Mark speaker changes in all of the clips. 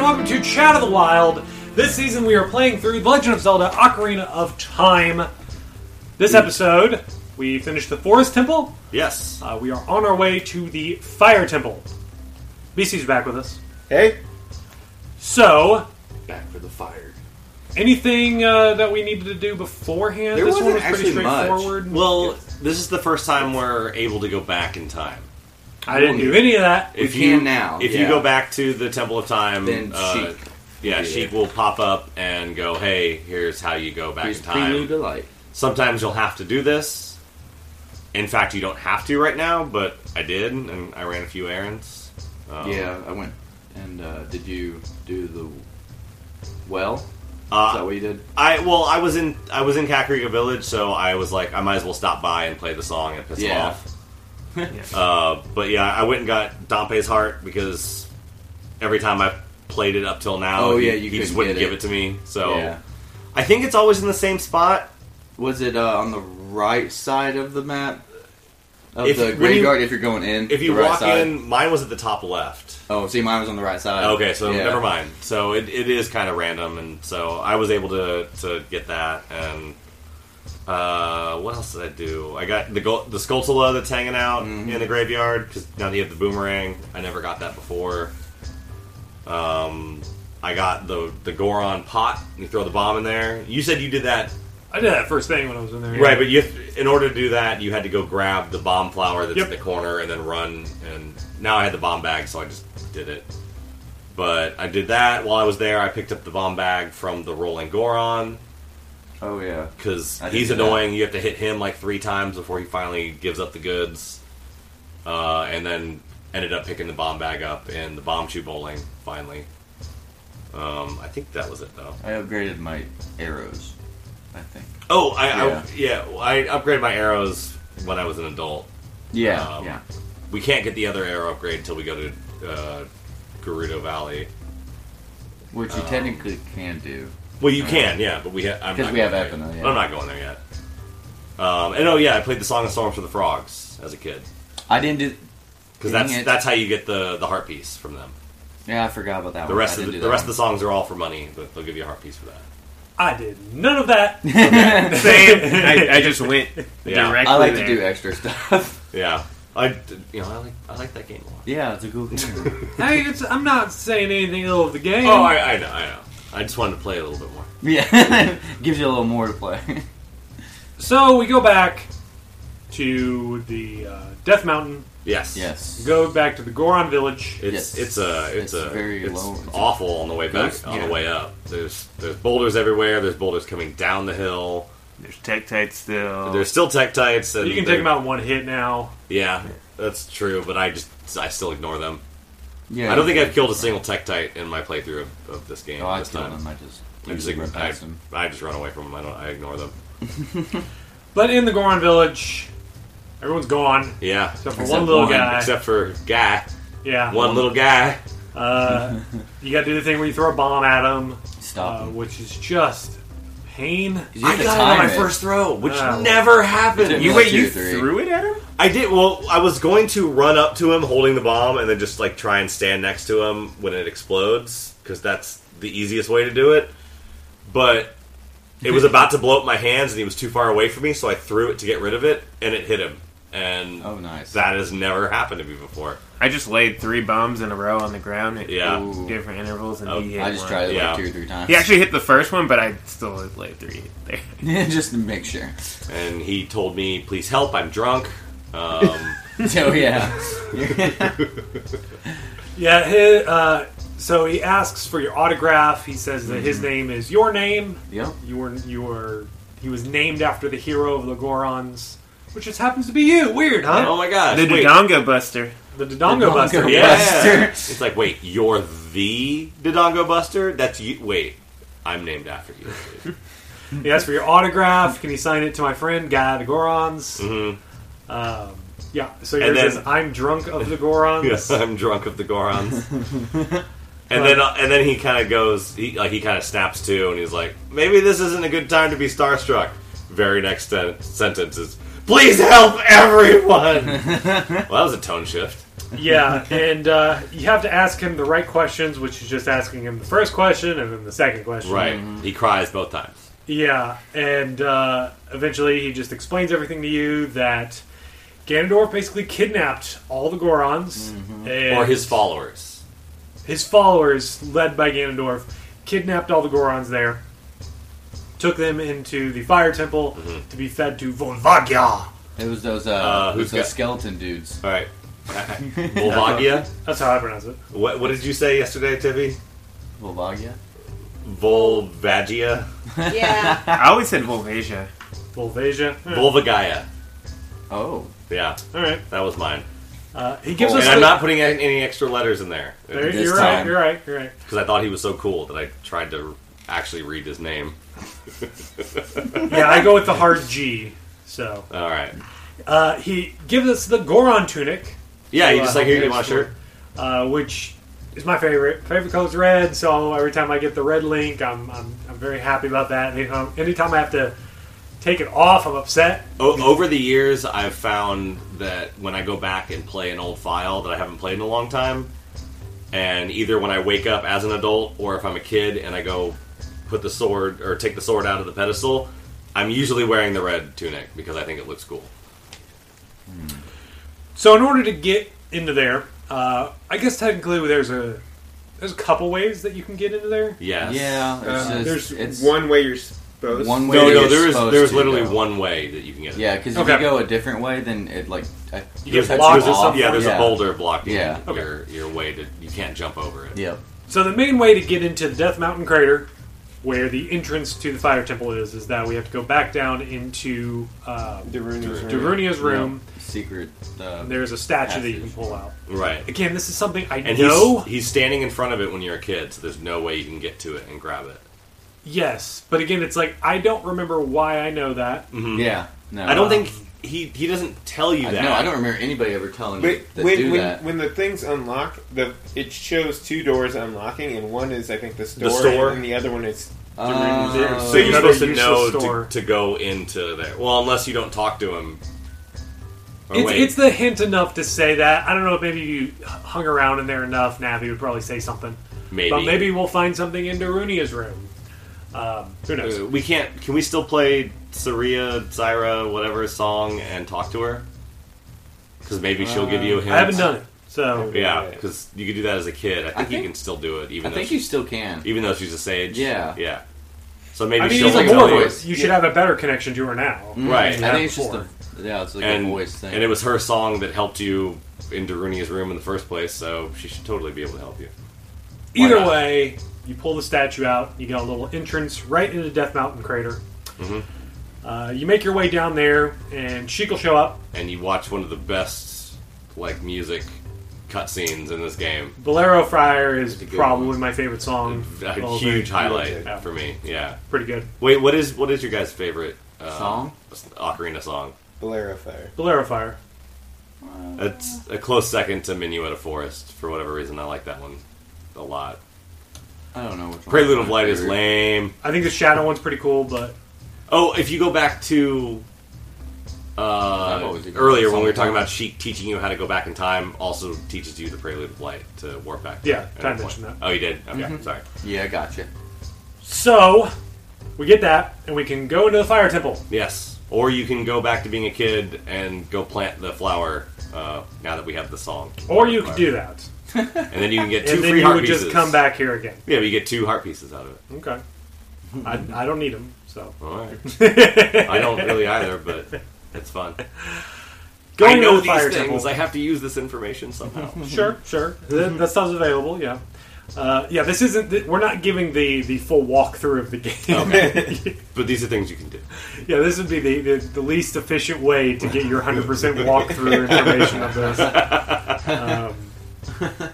Speaker 1: welcome to Chat of the Wild. This season we are playing through The Legend of Zelda Ocarina of Time. This episode, we finished the Forest Temple.
Speaker 2: Yes.
Speaker 1: Uh, we are on our way to the Fire Temple. BC's back with us.
Speaker 3: Hey,
Speaker 1: So,
Speaker 2: Back for the fire.
Speaker 1: anything uh, that we needed to do beforehand?
Speaker 3: There
Speaker 1: this one
Speaker 3: wasn't
Speaker 1: was pretty
Speaker 3: actually much.
Speaker 1: straightforward.
Speaker 2: Well, this is the first time we're able to go back in time.
Speaker 1: I didn't do any of that.
Speaker 3: We can now,
Speaker 2: If you
Speaker 3: yeah.
Speaker 2: go back to the Temple of Time,
Speaker 3: Then
Speaker 2: uh,
Speaker 3: Sheik.
Speaker 2: yeah,
Speaker 3: Yeah.
Speaker 2: Sheik will pop up and go, "Hey, here's how you go back
Speaker 3: here's
Speaker 2: in time."
Speaker 3: Prelude to Light.
Speaker 2: Sometimes you'll have to do this. In fact, you don't have to right now, but I did, and I ran a few errands. Um,
Speaker 3: yeah, I went. And uh, did you do the well? Is
Speaker 2: Uh,
Speaker 3: that what you did?
Speaker 2: I well, I was in I was in Kakarika Village, so I was like, I might as well stop by and play the song and piss
Speaker 3: Yeah.
Speaker 2: them off. uh, but yeah, I went and got Dompe's heart because every time I played it up till now,
Speaker 3: Oh,
Speaker 2: he,
Speaker 3: yeah, you
Speaker 2: he just
Speaker 3: couldn't
Speaker 2: wouldn't
Speaker 3: get
Speaker 2: give
Speaker 3: it.
Speaker 2: it to me. So
Speaker 3: Yeah.
Speaker 2: I think it's always in the same spot.
Speaker 3: Was it uh, on the right side of the map of
Speaker 2: If- when
Speaker 3: the
Speaker 2: you-
Speaker 3: graveyard? if you're going in,
Speaker 2: If you
Speaker 3: the right
Speaker 2: walk
Speaker 3: side?
Speaker 2: in, mine was at the top left.
Speaker 3: Oh, see, mine was on the right side.
Speaker 2: Okay, so
Speaker 3: Yeah.
Speaker 2: never mind. So it, it is kind of random, and so I was able to, to get that. And uh, what else did I do? I got the go- the Skulltula that's hanging out in the graveyard because now that you have the boomerang, I never got that before. Um, I got the the Goron pot. You throw the bomb in there. You said you did that
Speaker 1: I did that first thing when I was in there.
Speaker 2: right, but you in order to do that, you had to go grab the bomb flower that's
Speaker 1: Yep.
Speaker 2: in the corner and then run. And now I had the bomb bag, so I just did it. But I did that while I was there. I picked up the bomb bag from the Rolling Goron
Speaker 3: Oh yeah.
Speaker 2: because
Speaker 3: I didn't
Speaker 2: he's
Speaker 3: do that.
Speaker 2: annoying. You have to hit him like three times before he finally gives up the goods. Uh, and then ended up picking the bomb bag up in the bomb shoe bowling finally. Um, I think that was it though.
Speaker 3: I upgraded my arrows. I think.
Speaker 2: Oh, I
Speaker 3: Yeah.
Speaker 2: yeah, I, yeah I upgraded my arrows when I was an adult.
Speaker 3: Yeah.
Speaker 2: Um,
Speaker 3: yeah.
Speaker 2: we can't get the other arrow upgrade until we go to uh, Gerudo Valley.
Speaker 3: Which
Speaker 2: um,
Speaker 3: you technically can do.
Speaker 2: Well, you can, yeah, but we ha- I'm
Speaker 3: 'Cause
Speaker 2: not
Speaker 3: we have
Speaker 2: going there.
Speaker 3: Epona, yeah.
Speaker 2: I'm not going there yet. Um, and oh yeah, I played the Song of Storms for the Frogs as a kid
Speaker 3: I didn't do.
Speaker 2: because
Speaker 3: Dang
Speaker 2: that's
Speaker 3: it.
Speaker 2: that's how you get the the heart piece from them.
Speaker 3: Yeah, I forgot about that.
Speaker 2: The
Speaker 3: one.
Speaker 2: rest
Speaker 3: Oh,
Speaker 2: of
Speaker 3: I didn't
Speaker 2: the,
Speaker 3: do
Speaker 2: the
Speaker 3: that
Speaker 2: rest of
Speaker 3: one.
Speaker 2: the songs are all for money, but they'll give you a heart piece for that.
Speaker 1: I did none of that.
Speaker 4: Same. I, I just went
Speaker 2: Yeah.
Speaker 4: directly.
Speaker 3: I like to
Speaker 4: there.
Speaker 3: do extra stuff.
Speaker 2: Yeah, I d- you know I like I like that game a lot.
Speaker 3: yeah, it's a cool game.
Speaker 1: Hey, it's, I'm not saying anything ill of the game.
Speaker 2: Oh, I, I know, I know. I just wanted to play a little bit more.
Speaker 3: Yeah, gives you a little more to play.
Speaker 1: So we go back to the uh, Death Mountain.
Speaker 2: Yes,
Speaker 3: yes.
Speaker 1: Go back to the Goron village.
Speaker 2: It's
Speaker 3: Yes.
Speaker 2: it's a it's,
Speaker 3: It's
Speaker 2: a
Speaker 3: very
Speaker 2: it's
Speaker 3: low- it's
Speaker 2: awful on the way back
Speaker 3: Ghost-
Speaker 2: on
Speaker 3: yeah.
Speaker 2: the way up. There's there's boulders everywhere. There's boulders coming down the hill.
Speaker 4: There's Tectite
Speaker 3: Oh.
Speaker 4: still.
Speaker 2: There's still tektites. And
Speaker 1: You can
Speaker 2: they're-
Speaker 1: take them out in one hit now.
Speaker 2: Yeah, that's true. But I just I still ignore them.
Speaker 3: Yeah.
Speaker 2: I don't think I've killed a single tektite in my playthrough of, of this game.
Speaker 3: No, I
Speaker 2: this
Speaker 3: killed
Speaker 2: time.
Speaker 3: him. I just
Speaker 2: I just,
Speaker 3: usually
Speaker 2: ign-
Speaker 3: run
Speaker 2: I,
Speaker 3: past him.
Speaker 2: I just run away from them. I don't. I ignore them.
Speaker 1: But in the Goron village, everyone's gone
Speaker 2: Yeah.
Speaker 1: except for
Speaker 3: Except
Speaker 1: one little
Speaker 3: one.
Speaker 1: guy.
Speaker 2: Except for guy,
Speaker 1: yeah,
Speaker 2: one little guy.
Speaker 1: Uh, you got to do the thing where you throw a bomb at him,
Speaker 3: Stop
Speaker 1: uh,
Speaker 3: him.
Speaker 1: which is just pain.
Speaker 3: You have
Speaker 2: I
Speaker 3: to
Speaker 2: got it
Speaker 3: time
Speaker 2: on my
Speaker 3: it.
Speaker 2: first throw, which
Speaker 1: Oh.
Speaker 2: never
Speaker 3: It
Speaker 2: happened.
Speaker 3: took
Speaker 2: You
Speaker 3: me
Speaker 2: wait.
Speaker 3: like
Speaker 2: You
Speaker 3: two or three.
Speaker 4: threw it at him.
Speaker 2: I did. Well, I was going to run up to him holding the bomb and then just like try and stand next to him when it explodes because that's the easiest way to do it. But it was about to blow up my hands and he was too far away from me, so I threw it to get rid of it and it hit him. And
Speaker 3: Oh, nice.
Speaker 2: that has never happened to me before.
Speaker 4: I just laid three bombs in a row on the ground at
Speaker 2: Yeah.
Speaker 3: Ooh.
Speaker 4: different intervals, and
Speaker 2: Oh,
Speaker 4: he hit
Speaker 3: I just
Speaker 4: one.
Speaker 3: tried it
Speaker 2: Yeah.
Speaker 3: like two or three times.
Speaker 4: He actually hit the first one, but I still laid three there.
Speaker 3: just to make sure.
Speaker 2: And he told me, "Please help! I'm drunk." Um,
Speaker 3: So yeah,
Speaker 1: Yeah. His, uh, so he asks for your autograph. He says that
Speaker 3: Mm-hmm.
Speaker 1: his name is your name.
Speaker 3: yep.
Speaker 1: You were you were he was named after the hero of the Gorons, which just happens to be you. Weird, huh?
Speaker 2: oh my gosh!
Speaker 4: the
Speaker 2: wait.
Speaker 4: Dodonga Buster.
Speaker 1: The Dodongo
Speaker 3: Dodongo
Speaker 1: Buster.
Speaker 3: Buster.
Speaker 2: Yeah.
Speaker 3: Buster.
Speaker 2: It's like, wait, you're the Dodongo Buster? That's you. Wait, I'm named after you. dude.
Speaker 1: He asked for your autograph. Can you sign it to my friend Guy of the Gorons?
Speaker 2: Mm-hmm.
Speaker 1: Um, yeah. So yours
Speaker 2: And then-
Speaker 1: says I'm drunk of the Gorons.
Speaker 2: Yes, I'm drunk of the Gorons. and then uh, and then he kind of goes, he, like he kind of snaps to, and he's like, maybe this isn't a good time to be starstruck. Very next sen- sentence is, Please help everyone! well, that was a tone shift.
Speaker 1: Yeah, and uh, you have to ask him the right questions, which is just asking him the first question and then the second question.
Speaker 2: Right. He cries both times.
Speaker 1: Yeah, and uh, eventually he just explains everything to you that Ganondorf basically kidnapped all the Gorons and
Speaker 2: Mm-hmm. Or his followers.
Speaker 1: his followers, led by Ganondorf, kidnapped all the Gorons there, took them into the Fire Temple
Speaker 2: Mm-hmm.
Speaker 1: to be fed to Volvagia.
Speaker 3: It was those uh,
Speaker 2: Uh, who's
Speaker 3: who's those
Speaker 2: got-
Speaker 3: skeleton dudes.
Speaker 2: All right. Volvagia?
Speaker 1: That's how I pronounce it.
Speaker 2: What, what did you say yesterday, Tippy?
Speaker 3: Volvagia?
Speaker 2: Volvagia?
Speaker 5: Yeah.
Speaker 4: I always said Volvasia.
Speaker 1: Volvagia.
Speaker 2: Volvagaya.
Speaker 3: Oh.
Speaker 2: Yeah,
Speaker 1: All right.
Speaker 2: that was mine.
Speaker 1: Uh, he gives
Speaker 2: And
Speaker 1: us.
Speaker 2: I'm
Speaker 1: the-
Speaker 2: not putting any- any extra letters in there.
Speaker 1: There-
Speaker 3: This
Speaker 1: you're right.
Speaker 3: time.
Speaker 1: You're right. You're right.
Speaker 2: because I thought he was so cool that I tried to actually read his name.
Speaker 1: yeah, I go with the hard G. So
Speaker 2: All right.
Speaker 1: uh, he gives us the Goron tunic,
Speaker 2: Yeah, you
Speaker 1: Uh,
Speaker 2: just like here you want a
Speaker 1: sure.
Speaker 2: shirt.
Speaker 1: uh, which is my favorite. Favorite color is red, so every time I get the red link, I'm I'm, I'm very happy about that. Anytime, anytime I have to take it off, I'm upset.
Speaker 2: O- over the years, I've found that when I go back and play an old file that I haven't played in a long time, and either when I wake up as an adult or if I'm a kid and I go put the sword or take the sword out of the pedestal, I'm usually wearing the red tunic because I think it looks cool.
Speaker 1: So in order to get into there, uh, I guess technically there's a there's a couple ways that you can get into there.
Speaker 2: Yes.
Speaker 3: Yeah. It's
Speaker 4: Uh,
Speaker 3: just,
Speaker 4: there's
Speaker 3: it's
Speaker 4: one way you're supposed.
Speaker 3: one way.
Speaker 2: No,
Speaker 3: that
Speaker 2: no,
Speaker 3: you're
Speaker 2: there is
Speaker 3: supposed
Speaker 2: there is
Speaker 3: to
Speaker 2: literally
Speaker 3: go.
Speaker 2: one way that you can get it.
Speaker 3: Yeah, because if
Speaker 1: Okay.
Speaker 3: you go a different way, then it like I,
Speaker 2: There's,
Speaker 1: There's
Speaker 2: there's
Speaker 1: blocks
Speaker 2: some- yeah, there's
Speaker 3: Yeah.
Speaker 2: a boulder blocking
Speaker 3: Yeah.
Speaker 2: your your way to you can't jump over it.
Speaker 3: Yep.
Speaker 1: So the main way to get into the Death Mountain crater, where the entrance to the Fire Temple is, is that we have to go back down into uh, Darunia's room.
Speaker 3: Secret. Uh,
Speaker 1: There's a statue that you can
Speaker 3: Passage.
Speaker 1: pull out.
Speaker 2: Right.
Speaker 1: Again, this is something I
Speaker 2: And
Speaker 1: know.
Speaker 2: he's, he's standing in front of it when you're a kid, so there's no way you can get to it and grab it.
Speaker 1: Yes, but again, it's like I don't remember why I know that.
Speaker 2: Mm,
Speaker 3: yeah. No.
Speaker 2: I don't think he he doesn't tell you
Speaker 3: I,
Speaker 2: that.
Speaker 3: no, I don't remember anybody ever telling me
Speaker 6: But
Speaker 3: to
Speaker 6: when
Speaker 3: do
Speaker 6: when,
Speaker 3: that.
Speaker 6: when the things unlock, the it shows two doors unlocking, and one is I think the store,
Speaker 2: store?
Speaker 6: and the other one is
Speaker 3: Uh,
Speaker 2: So you're
Speaker 1: Another
Speaker 2: supposed to
Speaker 1: useless
Speaker 2: know
Speaker 1: store.
Speaker 2: to, to go into there. Well, unless you don't talk to him. Or
Speaker 1: It's,
Speaker 2: wait.
Speaker 1: it's the hint enough to say that. I don't know if maybe you hung around in there enough. Navi would probably say something.
Speaker 2: maybe.
Speaker 1: But maybe we'll find something in Darunia's room. Um, who knows?
Speaker 2: Uh, we can't. Can we still play Saria, Zyra, whatever song and talk to her? Because maybe she'll give you a hint.
Speaker 1: I haven't done it, so
Speaker 2: Yeah, because you could do that as a kid. I think, you
Speaker 3: think-
Speaker 2: can still do it,
Speaker 3: I
Speaker 2: even though
Speaker 3: think
Speaker 2: she-
Speaker 3: you still can.
Speaker 2: even though she's a sage.
Speaker 3: Yeah.
Speaker 2: yeah. So maybe
Speaker 1: I mean,
Speaker 2: she'll
Speaker 1: he's a
Speaker 2: tell
Speaker 1: lore
Speaker 2: you.
Speaker 1: voice. You should have a better connection to her now.
Speaker 2: Right.
Speaker 3: Mm-hmm. I
Speaker 1: Yeah,
Speaker 3: think it's just
Speaker 1: before.
Speaker 3: the yeah, it's like
Speaker 2: and,
Speaker 3: a voice thing.
Speaker 2: and it was her song that helped you in Darunia's room in the first place, so she should totally be able to help you. Why
Speaker 1: Either
Speaker 2: not?
Speaker 1: way, you pull the statue out. You get a little entrance right into Death Mountain crater.
Speaker 2: Mm-hmm.
Speaker 1: Uh, you make your way down there, and Sheik will show up.
Speaker 2: And you watch one of the best like music cutscenes in this game.
Speaker 1: Bolero Friar is
Speaker 2: That's a good
Speaker 1: probably
Speaker 2: one.
Speaker 1: my favorite song.
Speaker 2: A
Speaker 1: Well,
Speaker 2: huge
Speaker 1: they-
Speaker 2: highlight
Speaker 1: yeah,
Speaker 2: for me. Yeah.
Speaker 1: Pretty good.
Speaker 2: Wait, what is what is your guys' favorite uh,
Speaker 3: Song?
Speaker 2: Ocarina song.
Speaker 6: Bolero Fire.
Speaker 1: Bolero Fire.
Speaker 2: It's a close second to Minuet of Forest. For whatever reason, I like that one a lot.
Speaker 3: I don't know which one.
Speaker 2: Prelude of Light is
Speaker 3: favorite.
Speaker 2: lame.
Speaker 1: I think the Shadow one's pretty cool, but
Speaker 2: Oh, if you go back to
Speaker 3: I've
Speaker 2: uh,
Speaker 3: always ignored
Speaker 2: earlier
Speaker 3: that
Speaker 2: when we were
Speaker 3: song.
Speaker 2: talking about Sheik teaching you how to go back in time, also teaches you the Prelude of Light to warp back.
Speaker 1: Yeah,
Speaker 2: at
Speaker 1: Ty
Speaker 2: that point.
Speaker 1: mentioned that.
Speaker 2: Oh, you did. Okay,
Speaker 3: Mm-hmm.
Speaker 2: sorry.
Speaker 3: Yeah, gotcha.
Speaker 1: so we get that, and we can go into the Fire Temple.
Speaker 2: Yes, or you can go back to being a kid and go plant the flower. Uh, now that we have the song,
Speaker 1: Or you could do that,
Speaker 2: and then you can get two
Speaker 1: and then
Speaker 2: free
Speaker 1: you
Speaker 2: heart
Speaker 1: would
Speaker 2: pieces.
Speaker 1: just come back here again.
Speaker 2: Yeah, but you get two heart pieces out of it.
Speaker 1: Okay. I, I don't need them, so.
Speaker 2: All right. I don't really either, but it's fun.
Speaker 1: Going
Speaker 2: I know
Speaker 1: to the
Speaker 2: these
Speaker 1: Fire
Speaker 2: things.
Speaker 1: Temple.
Speaker 2: I have to use this information somehow.
Speaker 1: Sure, sure. That, that stuff's available. Yeah, uh, yeah. This isn't. th- We're not giving the the full walkthrough of the game.
Speaker 2: Okay. but these are things you can do.
Speaker 1: yeah, this would be the, the the least efficient way to get your hundred percent walkthrough information of this. Um,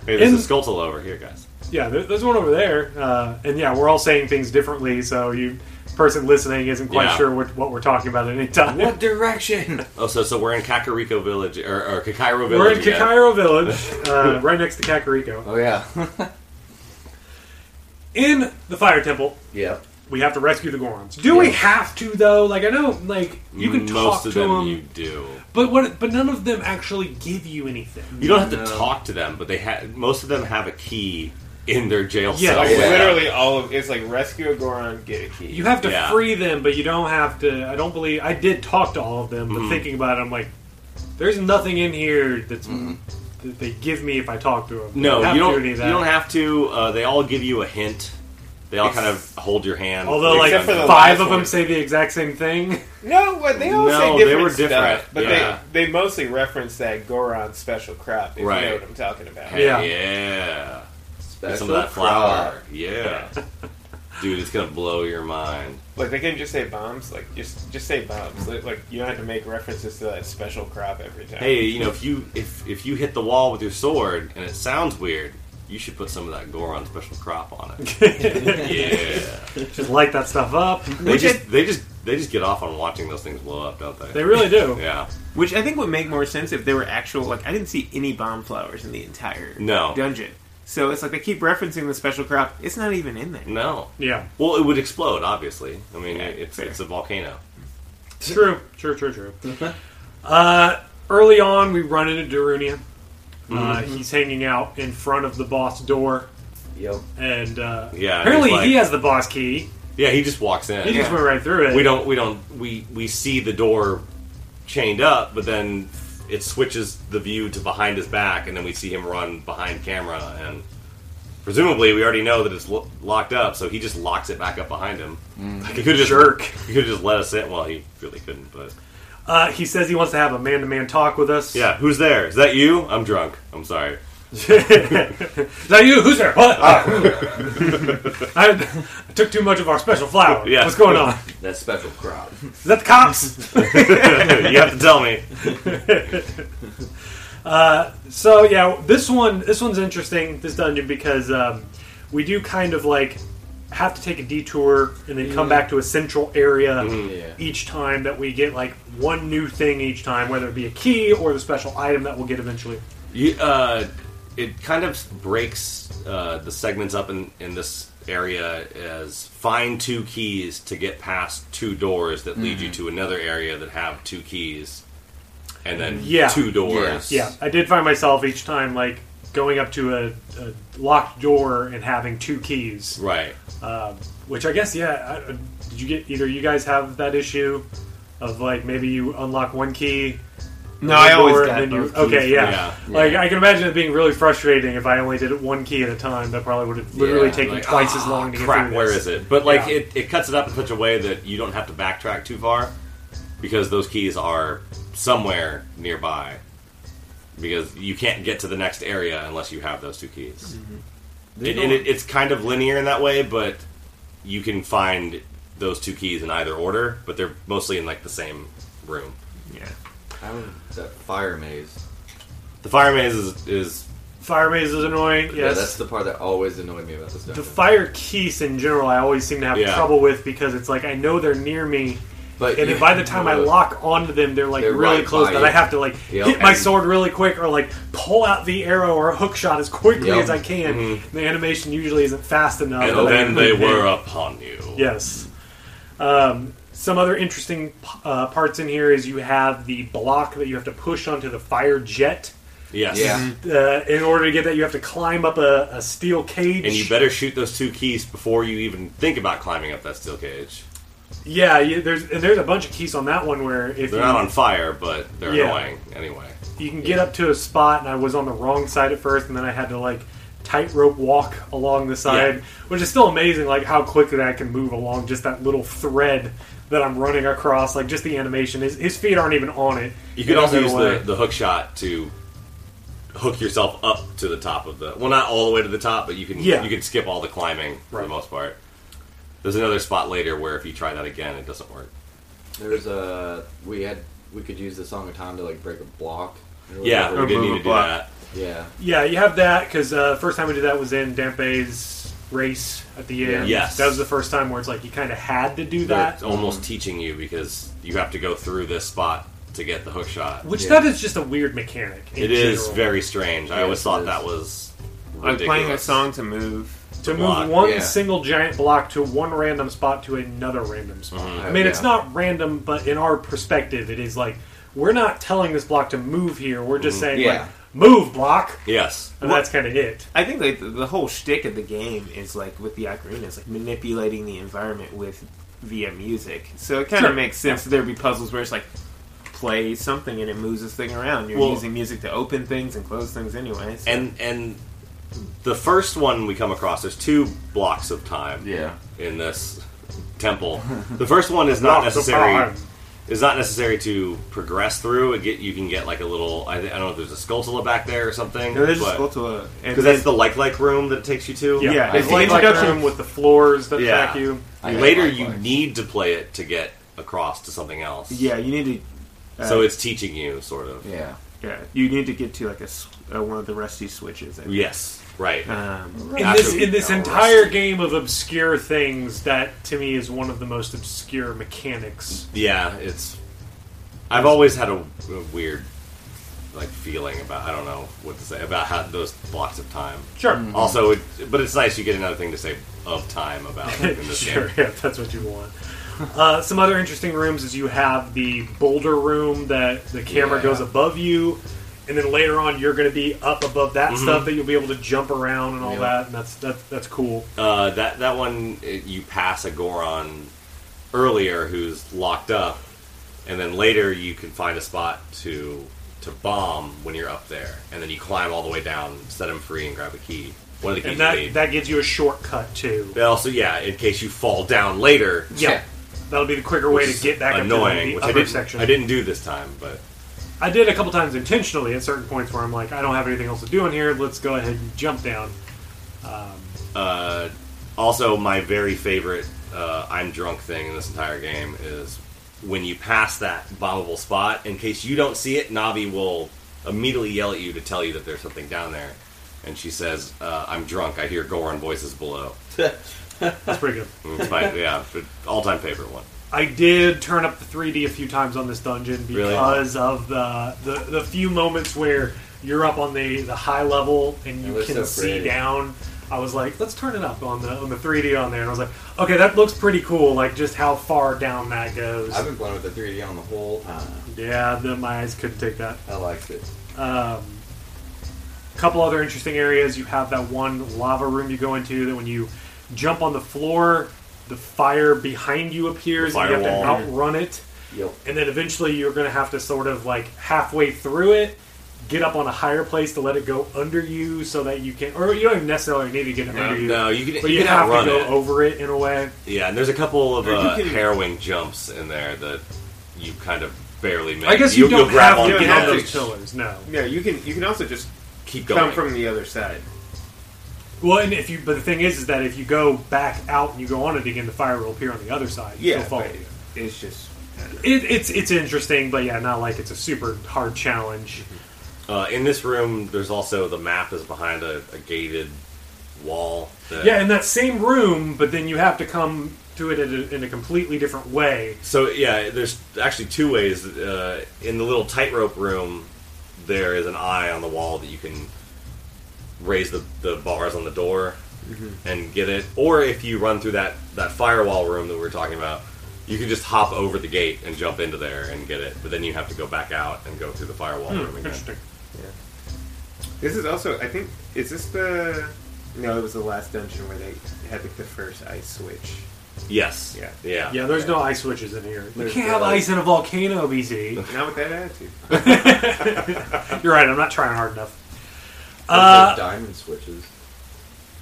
Speaker 2: Hey, there's
Speaker 1: In-
Speaker 2: a Skulltula over here, guys.
Speaker 1: yeah, there, there's one over there, uh, and yeah, we're all saying things differently, so you person listening isn't quite
Speaker 2: Yeah.
Speaker 1: sure what, what we're talking about at any time.
Speaker 3: What direction?
Speaker 2: Oh, so so we're in Kakariko Village or, or Kakairo Village.
Speaker 1: We're in
Speaker 2: again.
Speaker 1: Kakairo Village, uh, right next to Kakariko,
Speaker 3: Oh yeah.
Speaker 1: in the Fire Temple.
Speaker 3: yep.
Speaker 1: we have to rescue the Gorons. Do we have to though? Like I know, like you can
Speaker 2: Most
Speaker 1: talk to
Speaker 2: of them,
Speaker 1: them,
Speaker 2: you do.
Speaker 1: but what? But none of them actually give you anything.
Speaker 2: You don't have to
Speaker 3: No.
Speaker 2: talk to them, but they have. Most of them have a key in their jail
Speaker 1: Yeah,
Speaker 3: oh,
Speaker 2: cell.
Speaker 6: Like
Speaker 1: yeah.
Speaker 6: literally all of it's like rescue a Goron, get a key.
Speaker 1: You have to
Speaker 2: Yeah.
Speaker 1: free them, but you don't have to. I don't believe I did talk to all of them, but
Speaker 2: Mhm.
Speaker 1: thinking about it, I'm like, there's nothing in here that's that they give me if I talk to them.
Speaker 2: Mm-hmm. No,
Speaker 1: They
Speaker 2: you don't.
Speaker 1: do any of that.
Speaker 2: you don't have to. Uh, they all give you a hint. They all kind of hold your hand.
Speaker 1: Although, like
Speaker 6: Except for the
Speaker 1: five
Speaker 6: last
Speaker 1: of them
Speaker 6: one.
Speaker 1: say the exact same thing.
Speaker 6: no, what they all
Speaker 2: No,
Speaker 6: say
Speaker 2: they
Speaker 6: different
Speaker 2: were different,
Speaker 6: stuff, but
Speaker 2: yeah.
Speaker 6: they they mostly reference that Goron special crop. If
Speaker 2: Right.
Speaker 6: you know what I'm talking about.
Speaker 2: Hey,
Speaker 1: Yeah.
Speaker 2: yeah, Get
Speaker 3: Special
Speaker 2: some of that flour.
Speaker 3: crop.
Speaker 2: Yeah, dude, it's gonna blow your mind.
Speaker 6: Like they couldn't just say bombs. Like just just say bombs. Like, like, you don't have to make references to that special crop every time.
Speaker 2: Hey, you know, if you if if you hit the wall with your sword and it sounds weird, you should put some of that Goron special crop on it. yeah,
Speaker 1: Just light that stuff up.
Speaker 2: they just they just they just get off on watching those things blow up, don't they?
Speaker 1: They really do.
Speaker 2: yeah.
Speaker 4: Which I think would make more sense if there were actual like I didn't see any bomb flowers in the entire
Speaker 2: No.
Speaker 4: dungeon. So it's like they keep referencing the special crop. It's not even in there.
Speaker 2: No.
Speaker 1: Yeah,
Speaker 2: Well, it would explode, obviously. I mean, it- it's
Speaker 4: fair.
Speaker 2: it's a volcano.
Speaker 1: true, true, true, true. Uh, early on, we run into Darunia. Uh,
Speaker 2: Mm-hmm.
Speaker 1: he's hanging out in front of the boss door,
Speaker 3: Yep.
Speaker 1: and uh,
Speaker 2: Yeah,
Speaker 1: apparently
Speaker 2: he's like-
Speaker 1: he has the boss key.
Speaker 2: Yeah, he just walks in.
Speaker 1: He just
Speaker 4: Yeah.
Speaker 1: went right through it.
Speaker 2: We don't we don't we we see the door chained up, but then it switches the view to behind his back, and then we see him run behind camera, and presumably we already know that it's lo- locked up, so he just locks it back up behind him. Like he could just
Speaker 1: Jerk.
Speaker 2: He could just let us in. Well, he really couldn't, but
Speaker 1: Uh, he says he wants to have a man-to-man talk with us.
Speaker 2: yeah. Who's there? Is that you? I'm drunk. I'm sorry.
Speaker 1: Is that you? Who's there? What?
Speaker 2: Ah.
Speaker 1: I, I took too much of our special flour.
Speaker 2: Yeah.
Speaker 1: What's going on?
Speaker 3: That special crop.
Speaker 1: Is that the cops?
Speaker 2: you have to tell me.
Speaker 1: so yeah, this one this one's interesting. This dungeon because um, we do kind of like have to take a detour and then come back to a central area
Speaker 3: Mm, Yeah.
Speaker 1: each time that we get like one new thing each time, whether it be a key or the special item that we'll get eventually.
Speaker 2: You, uh, it kind of breaks uh, the segments up in, in this area as find two keys to get past two doors that lead you
Speaker 1: Mm-hmm.
Speaker 2: to another area that have two keys, and then
Speaker 1: Yeah.
Speaker 2: two doors.
Speaker 1: Yeah, I did find myself each time like going up to a, a locked door and having two keys.
Speaker 2: Right.
Speaker 1: Um, which I guess, yeah. I, uh, did you get either? You guys have that issue of like maybe you unlock one key.
Speaker 4: No, I
Speaker 1: one
Speaker 4: always
Speaker 1: door,
Speaker 4: got
Speaker 1: and then you,
Speaker 4: both keys.
Speaker 1: Okay, yeah.
Speaker 2: Yeah.
Speaker 1: Like I can imagine it being really frustrating if I only did it one key at a time. That probably would have literally
Speaker 2: Yeah,
Speaker 1: taken
Speaker 2: like,
Speaker 1: twice
Speaker 2: ah,
Speaker 1: as long to get
Speaker 2: crap,
Speaker 1: through.
Speaker 2: Where
Speaker 1: This.
Speaker 2: is it? But like
Speaker 1: Yeah.
Speaker 2: it, it cuts it up in such a way that you don't have to backtrack too far because those keys are somewhere nearby. Because you can't get to the next area unless you have those two keys. It, and it, it's kind of linear in that way, but you can find those two keys in either order, but they're mostly in like the same room.
Speaker 4: Yeah.
Speaker 3: I would, that fire maze.
Speaker 2: The fire maze is, is
Speaker 1: Fire maze is annoying. Yes.
Speaker 3: Yeah, that's the part that always annoyed me about this
Speaker 1: the
Speaker 3: dungeon.
Speaker 1: fire keys in general, I always seem to have
Speaker 2: Yeah.
Speaker 1: trouble with because it's like I know they're near me,
Speaker 3: but
Speaker 1: And
Speaker 3: you-
Speaker 1: then by the time I
Speaker 3: uh,
Speaker 1: lock onto them, they're like
Speaker 3: They're
Speaker 1: really
Speaker 3: right
Speaker 1: close
Speaker 3: by
Speaker 1: that
Speaker 3: you.
Speaker 1: I have to like
Speaker 3: Yep.
Speaker 1: hit my
Speaker 3: And-
Speaker 1: sword really quick or like pull out the arrow or a hook shot as quickly
Speaker 3: Yep.
Speaker 1: as I can. The animation usually isn't fast enough.
Speaker 2: and
Speaker 1: that I
Speaker 2: then
Speaker 1: can-
Speaker 2: they were upon you.
Speaker 1: Yes. Um, some other interesting uh, parts in here is you have the block that you have to push onto the fire jet.
Speaker 2: Yes.
Speaker 3: Yeah.
Speaker 1: Uh, in order to get that, you have to climb up a, a steel cage.
Speaker 2: And you better shoot those two keys before you even think about climbing up that steel cage.
Speaker 1: yeah, you, there's and there's a bunch of keys on that one where if
Speaker 2: They're
Speaker 1: you,
Speaker 2: not on fire, but they're
Speaker 1: Yeah.
Speaker 2: annoying anyway.
Speaker 1: you can get up to a spot and I was on the wrong side at first and then I had to like tightrope walk along the side
Speaker 2: Yeah.
Speaker 1: which is still amazing like how quickly I can move along just that little thread that I'm running across like just the animation his, his feet aren't even on it
Speaker 2: You could also use the,
Speaker 1: Anyway,
Speaker 2: the hook shot to hook yourself up to the top of the well, not all the way to the top, but you can
Speaker 1: Yeah.
Speaker 2: you can skip all the climbing for the
Speaker 1: Right.
Speaker 2: most part. There's another spot later where if you try that again, it doesn't work.
Speaker 3: There's a we had we could use the song of time to like break a block. or
Speaker 2: Yeah,
Speaker 3: whatever.
Speaker 2: we did
Speaker 4: move
Speaker 2: need
Speaker 4: a
Speaker 2: to do
Speaker 4: block.
Speaker 2: that.
Speaker 3: yeah.
Speaker 1: yeah you have that because uh, first time we did that was in Dampe's race at the end
Speaker 2: Yes.
Speaker 1: that was the first time where it's like you kind of had to do
Speaker 2: They're
Speaker 1: that
Speaker 2: almost teaching you because you have to go through this spot to get the hook shot.
Speaker 1: which
Speaker 3: Yeah.
Speaker 1: that is just a weird mechanic in
Speaker 2: It is
Speaker 1: general.
Speaker 2: very strange. I
Speaker 3: Yes,
Speaker 2: always
Speaker 3: it
Speaker 2: thought
Speaker 3: is.
Speaker 2: that was
Speaker 4: Like playing a
Speaker 2: ridiculous.
Speaker 4: song to move
Speaker 2: the
Speaker 1: to move
Speaker 2: block.
Speaker 1: one
Speaker 3: yeah.
Speaker 1: single giant block to one random spot to another random spot.
Speaker 2: Mm-hmm.
Speaker 1: I mean, it's
Speaker 3: Yeah.
Speaker 1: not random, but in our perspective, it is like we're not telling this block to move here. We're just
Speaker 2: Mm-hmm.
Speaker 1: saying,
Speaker 3: Yeah.
Speaker 1: like, move block,
Speaker 2: Yes.
Speaker 1: and that's kind of it.
Speaker 4: I think like the, the whole shtick of the game is like with the ocarina is like manipulating the environment with via music. So it kind of
Speaker 1: Sure.
Speaker 4: makes sense. that There'd be puzzles where it's like play something and it moves this thing around. You're
Speaker 2: Well-
Speaker 4: using music to open things and close things anyway. so-
Speaker 2: And and the first one we come across, there's two blocks of time
Speaker 3: Yeah.
Speaker 2: in this temple. The first one is not
Speaker 1: Blocks of
Speaker 2: necessary.
Speaker 1: time.
Speaker 2: Is not necessary to progress through. It get you can get like a little. I, thi- I don't know if there's a Skulltula back there or something.
Speaker 4: no, there's
Speaker 2: but-
Speaker 4: just Skulltula. And
Speaker 2: Because that's the like like room that it takes you to.
Speaker 1: Yeah,
Speaker 4: Yeah,
Speaker 1: it's
Speaker 3: I
Speaker 1: like
Speaker 3: think-
Speaker 1: like
Speaker 4: introduction-
Speaker 1: room with the floors that
Speaker 2: Yeah.
Speaker 1: attack you.
Speaker 3: I got
Speaker 2: Later,
Speaker 3: like
Speaker 2: you
Speaker 3: like-
Speaker 2: need to play it to get across to something else.
Speaker 4: yeah, you need to. Uh,
Speaker 2: So it's teaching you, sort of.
Speaker 3: Yeah.
Speaker 4: yeah, you need to get to like a s- uh, one of the rusty switches. I think.
Speaker 2: Yes. Right.
Speaker 4: Um,
Speaker 1: In
Speaker 2: After
Speaker 1: this
Speaker 2: we
Speaker 1: in this
Speaker 2: got
Speaker 1: entire
Speaker 2: rusty.
Speaker 1: game of obscure things, that to me is one of the most obscure mechanics.
Speaker 2: Yeah, it's. I've always had a, a weird, like, feeling about I don't know what to say about how those blocks of time.
Speaker 1: Sure,
Speaker 2: Also, it, but it's nice you get another thing to say of time about in this
Speaker 1: sure,
Speaker 2: game.
Speaker 1: yeah, if that's what you want. Uh, some other interesting rooms is you have the boulder room that the camera
Speaker 3: Yeah.
Speaker 1: goes above you, and then later on you're going to be up above that
Speaker 2: Mm-hmm.
Speaker 1: stuff that you'll be able to jump around and all
Speaker 3: Yeah.
Speaker 1: that, and that's that's that's cool.
Speaker 2: Uh, that that one it, you pass a Goron earlier who's locked up, and then later you can find a spot to to bomb when you're up there, and then you climb all the way down, set him free, and grab a key. One of the keys
Speaker 1: And
Speaker 2: you need.
Speaker 1: that that gives you a shortcut too.
Speaker 2: But also, yeah, in case you fall down later,
Speaker 1: Yeah, that'll be the quicker way to get back
Speaker 2: annoying,
Speaker 1: up
Speaker 2: which
Speaker 1: to the
Speaker 2: I
Speaker 1: upper
Speaker 2: didn't,
Speaker 1: section.
Speaker 2: I didn't do this time, but
Speaker 1: I did a couple times intentionally at certain points where I'm like, I don't have anything else to do in here. Let's go ahead and jump down.
Speaker 2: uh, also my very favorite uh, I'm drunk thing in this entire game is when you pass that bombable spot. In case you don't see it, Navi will immediately yell at you to tell you that there's something down there, and she says, uh, "I'm drunk. I hear Goron voices below."
Speaker 1: That's pretty good.
Speaker 2: And It's my yeah, all time favorite one.
Speaker 1: I did turn up the 3D a few times on this dungeon
Speaker 2: Really?
Speaker 1: because of the, the the few moments where you're up on the, the high level and you
Speaker 3: It was
Speaker 1: can
Speaker 3: so
Speaker 1: see
Speaker 3: pretty.
Speaker 1: down. I was like, let's turn it up on the on the 3D on there. And I was like, okay, that looks pretty cool. Like just how far down that goes.
Speaker 3: I've been playing with the 3D on the whole time.
Speaker 1: yeah, the, my eyes couldn't take that.
Speaker 3: I liked it.
Speaker 1: Um, couple other interesting areas. You have that one lava room you go into that when you jump on the floor, the fire behind you appears. and you have to
Speaker 2: Firewall.
Speaker 1: outrun it,
Speaker 3: Yep.
Speaker 1: and then eventually you're going to have to sort of like halfway through it, get up on a higher place to let it go under you, so that you can. Or you don't even necessarily need to get it under you,
Speaker 2: No, you can
Speaker 1: but
Speaker 2: you
Speaker 1: you
Speaker 2: can
Speaker 1: have to
Speaker 2: outrun
Speaker 1: go
Speaker 2: it.
Speaker 1: over it in a way.
Speaker 2: Yeah, and there's a couple of
Speaker 4: Or you
Speaker 2: uh,
Speaker 4: can-
Speaker 2: harrowing jumps in there that you kind of barely make.
Speaker 1: I guess you,
Speaker 2: You'll-
Speaker 1: don't
Speaker 2: you'll
Speaker 1: have
Speaker 2: grab on
Speaker 1: to
Speaker 2: the
Speaker 1: get on
Speaker 4: edge.
Speaker 1: those pillars. No.
Speaker 4: yeah, you can you can also just
Speaker 2: Keep
Speaker 4: come
Speaker 2: going.
Speaker 4: from the other side.
Speaker 1: Well, and if you, but the thing is, is that if you go back out and you go on it again, the fire will appear on the other side. It'll
Speaker 4: Yeah,
Speaker 1: follow
Speaker 4: but
Speaker 1: you.
Speaker 4: it's just
Speaker 1: It, it's it's interesting, but yeah, not like it's a super hard challenge.
Speaker 2: Uh, in this room, there's also the map is behind a, a gated wall. That,
Speaker 1: Yeah, in that same room, but then you have to come to it in a, in a completely different way.
Speaker 2: So yeah, there's actually two ways. Uh, in the little tightrope room, there is an eye on the wall that you can raise the, the bars on the door and get it. Or if you run through that that firewall room that we were talking about, you can just hop over the gate and jump into there and get it. But then you have to go back out and go through the firewall room again.
Speaker 1: Hmm, Interesting.
Speaker 4: This is also, I think, is this the? No, it was the last dungeon where they had like the first ice switch.
Speaker 2: Yes.
Speaker 4: Yeah.
Speaker 2: Yeah.
Speaker 1: Yeah, there's no ice switches in here. You
Speaker 4: There's
Speaker 1: can't
Speaker 4: no-
Speaker 1: have ice in a volcano, BZ.
Speaker 4: Not with that attitude.
Speaker 1: You're right. I'm not trying hard enough.
Speaker 3: Those
Speaker 1: Uh,
Speaker 3: diamond switches.